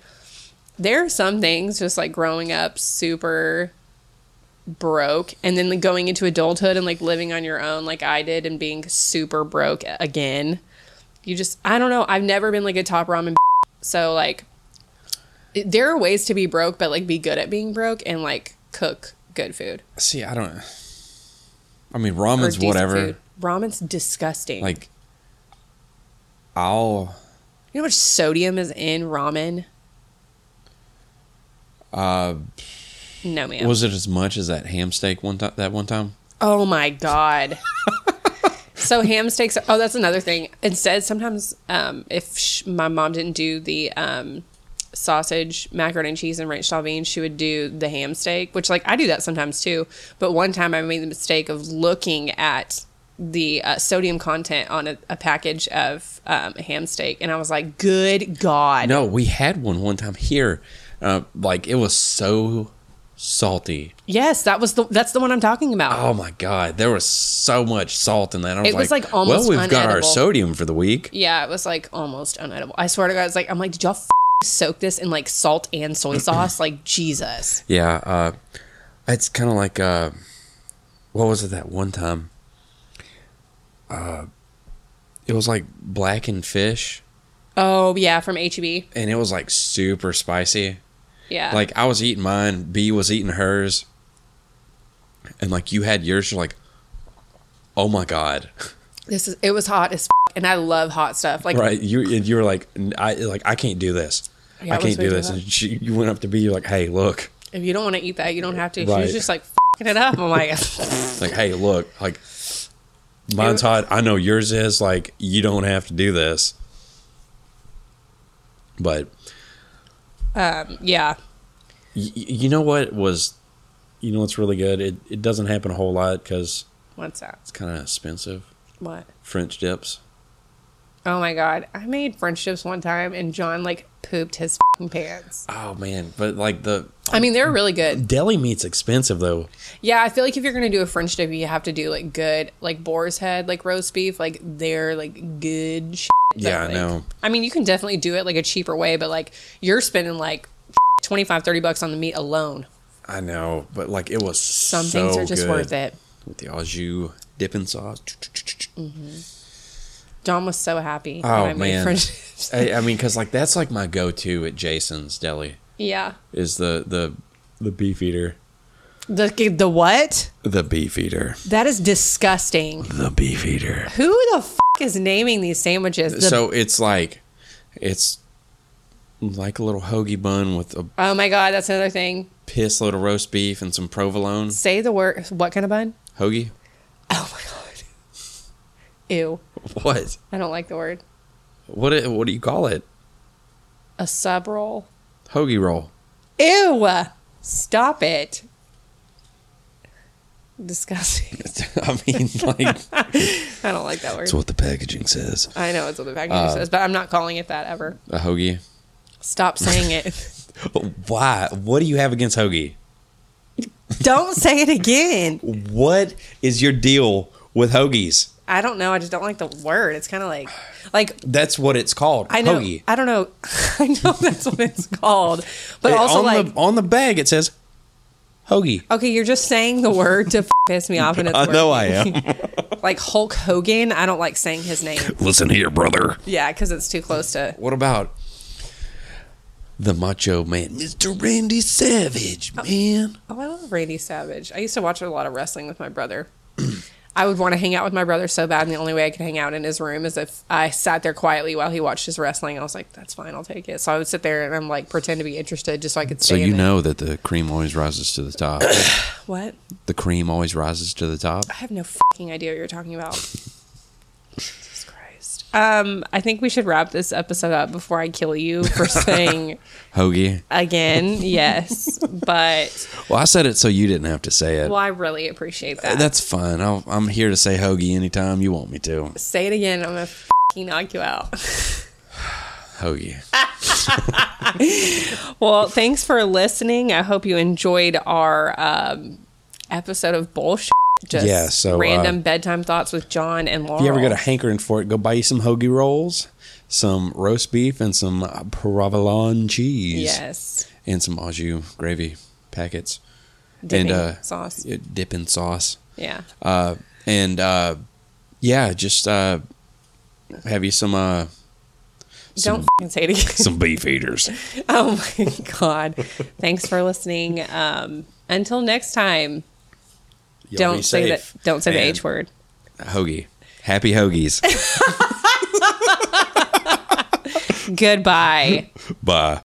Speaker 1: there are some things just like growing up super broke and then like, going into adulthood and like living on your own like I did and being super broke again. You just I don't know, I've never been like a top ramen so like it- there are ways to be broke but like be good at being broke and like cook good food.
Speaker 2: See, I don't. I mean,
Speaker 1: or
Speaker 2: ramen's
Speaker 1: decent
Speaker 2: whatever.
Speaker 1: Food. Ramen's disgusting. Like
Speaker 2: Like, I'll.
Speaker 1: you know how much sodium is in ramen?
Speaker 2: Uh,
Speaker 1: No man.
Speaker 2: Was it as much as that ham steak one time? That one time?
Speaker 1: Oh my god. so ham steaks. Oh, that's another thing. Instead, sometimes um, if sh- my mom didn't do the um, sausage, macaroni and cheese, and ranch style beans, she would do the ham steak, which like I do that sometimes too. But one time I made the mistake of looking at the uh, sodium content on a, a package of um, ham steak, and I was like, "Good God!"
Speaker 2: No, we had one one time here. Uh, like it was so salty.
Speaker 1: Yes, that was the that's the one I'm talking about.
Speaker 2: Oh my god, there was so much salt in that. I was
Speaker 1: It was,
Speaker 2: like,
Speaker 1: like, almost
Speaker 2: well, we've got our
Speaker 1: unedible.
Speaker 2: sodium for the week.
Speaker 1: Yeah, it was like almost unedible. I swear to God, it's like I'm like, did y'all f- soak this in like salt and soy sauce? like Jesus.
Speaker 2: Yeah, uh, it's kind of like uh, what was it that one time? Uh, it was like blackened fish,
Speaker 1: Oh yeah, from HEB.
Speaker 2: and it was like super spicy.
Speaker 1: Yeah,
Speaker 2: Like I was eating mine, B was eating hers, and like you had yours. You're like, oh my god,
Speaker 1: this is it was hot as and I love hot stuff. Like
Speaker 2: right? You and you were like, "N- I like I can't do this.
Speaker 1: Yeah,
Speaker 2: I
Speaker 1: what's
Speaker 2: can't do
Speaker 1: with
Speaker 2: this.
Speaker 1: that?
Speaker 2: And she, you went up to be you're like, hey, look,
Speaker 1: if you don't want to eat that, you don't have to. She
Speaker 2: Right.
Speaker 1: was just like fing it up. I'm like,
Speaker 2: It's like hey, look, like mine's hot. I know yours is. Like you don't have to do this. But
Speaker 1: um, yeah,
Speaker 2: y- y- you know what was, you know what's really good. It it doesn't happen a whole lot because
Speaker 1: what's that?
Speaker 2: it's kind of expensive.
Speaker 1: What?
Speaker 2: French dips.
Speaker 1: Oh my god, I made French dips one time, and John like pooped his fing pants.
Speaker 2: Oh man, but like the
Speaker 1: I mean, they're really good.
Speaker 2: deli meat's expensive though.
Speaker 1: Yeah, I feel like if you're gonna do a French dip, you have to do like good, like boar's head, like roast beef, like they're like good. Shit that,
Speaker 2: Yeah, I
Speaker 1: like-
Speaker 2: know.
Speaker 1: I mean, you can definitely do it like a cheaper way, but like you're spending like 25, 30 bucks on the meat alone.
Speaker 2: I know, but like it was
Speaker 1: Some
Speaker 2: so
Speaker 1: things are just
Speaker 2: good.
Speaker 1: worth it.
Speaker 2: with the au jus dipping sauce.
Speaker 1: John was so happy. when
Speaker 2: Oh
Speaker 1: Mm, I made
Speaker 2: man,
Speaker 1: French dips.
Speaker 2: I, I mean, because like that's like my go-to at Jason's Deli
Speaker 1: yeah.
Speaker 2: is the the the beef eater,
Speaker 1: The the what?
Speaker 2: the beef eater,
Speaker 1: That is disgusting.
Speaker 2: the beef eater.
Speaker 1: Who the f- is naming these sandwiches? The-
Speaker 2: so it's like it's like a little hoagie bun with a
Speaker 1: oh my god, that's another thing.
Speaker 2: piss load of roast beef and some provolone
Speaker 1: Say the word. What kind of bun?
Speaker 2: hoagie.
Speaker 1: Oh my god. Ew.
Speaker 2: What
Speaker 1: I don't like the word.
Speaker 2: what it- what do you call it?
Speaker 1: A sub roll.
Speaker 2: Hoagie roll.
Speaker 1: Ew. Stop it. Disgusting.
Speaker 2: I mean, like
Speaker 1: I don't like that word.
Speaker 2: what the packaging says.
Speaker 1: I know it's what the
Speaker 2: Uh,
Speaker 1: packaging says, but I'm not calling it that ever.
Speaker 2: A hoagie.
Speaker 1: Stop saying it.
Speaker 2: Why? What do you have against hoagie?
Speaker 1: don't say it again.
Speaker 2: What is your deal with hoagies?
Speaker 1: I don't know. I just don't like the word. It's kind of like, like
Speaker 2: That's what it's called.
Speaker 1: I know.
Speaker 2: Hoagie.
Speaker 1: I don't know. I know that's what it's called, but
Speaker 2: It-
Speaker 1: also
Speaker 2: on
Speaker 1: like,
Speaker 2: the, on the bag it says hoagie.
Speaker 1: okay, you're just saying the word to f- piss me off, and it's
Speaker 2: I know I
Speaker 1: working.
Speaker 2: am.
Speaker 1: like Hulk Hogan. I don't like saying his name.
Speaker 3: Listen here, brother.
Speaker 1: Yeah, because it's too close to.
Speaker 2: what about the Macho Man, Mr. Randy Savage, man?
Speaker 1: Oh, I love Randy Savage. I used to watch a lot of wrestling with my brother. I would want to hang out with my brother so bad, and the only way I could hang out in his room is if I sat there quietly while he watched his wrestling. I was like, "That's fine, I'll take it." So I would sit there and I'm like pretend to be interested just so I could.
Speaker 2: So
Speaker 1: stay in
Speaker 2: you
Speaker 1: it.
Speaker 2: know that the cream always rises to the top.
Speaker 1: what?
Speaker 2: the cream always rises to the top.
Speaker 1: I have no fucking idea what you're talking about. Jesus Christ. Um, I think we should wrap this episode up before I kill you for saying
Speaker 2: Hoagie.
Speaker 1: again, yes, but
Speaker 2: Well, I said it so you didn't have to say it.
Speaker 1: well, I really appreciate that.
Speaker 2: That's fine. I'll, I'm here to say hoagie anytime you want me to.
Speaker 1: Say it again, I'm gonna fucking knock you out.
Speaker 2: Hoagie.
Speaker 1: Well, thanks for listening. I hope you enjoyed our um, episode of bullshit. Just
Speaker 2: Yeah, so, uh,
Speaker 1: random bedtime thoughts with John and Laura.
Speaker 2: If you ever got a hankering for it, go buy you some hoagie rolls, some roast beef, and some uh, provolone cheese,
Speaker 1: yes
Speaker 2: and some au jus gravy packets,
Speaker 1: dipping
Speaker 2: and uh,
Speaker 1: sauce,
Speaker 2: yeah, dipping sauce,
Speaker 1: yeah,
Speaker 2: uh, and uh, yeah, just uh, have you some uh,
Speaker 1: don't fucking say it again.
Speaker 2: some beef eaters.
Speaker 1: Oh my God. Thanks for listening. Um, until next time,
Speaker 2: Y'all be
Speaker 1: don't say
Speaker 2: safe.
Speaker 1: that. Don't say the
Speaker 2: And
Speaker 1: H word.
Speaker 2: Hoagie. Happy hoagies.
Speaker 1: Goodbye.
Speaker 2: Bye.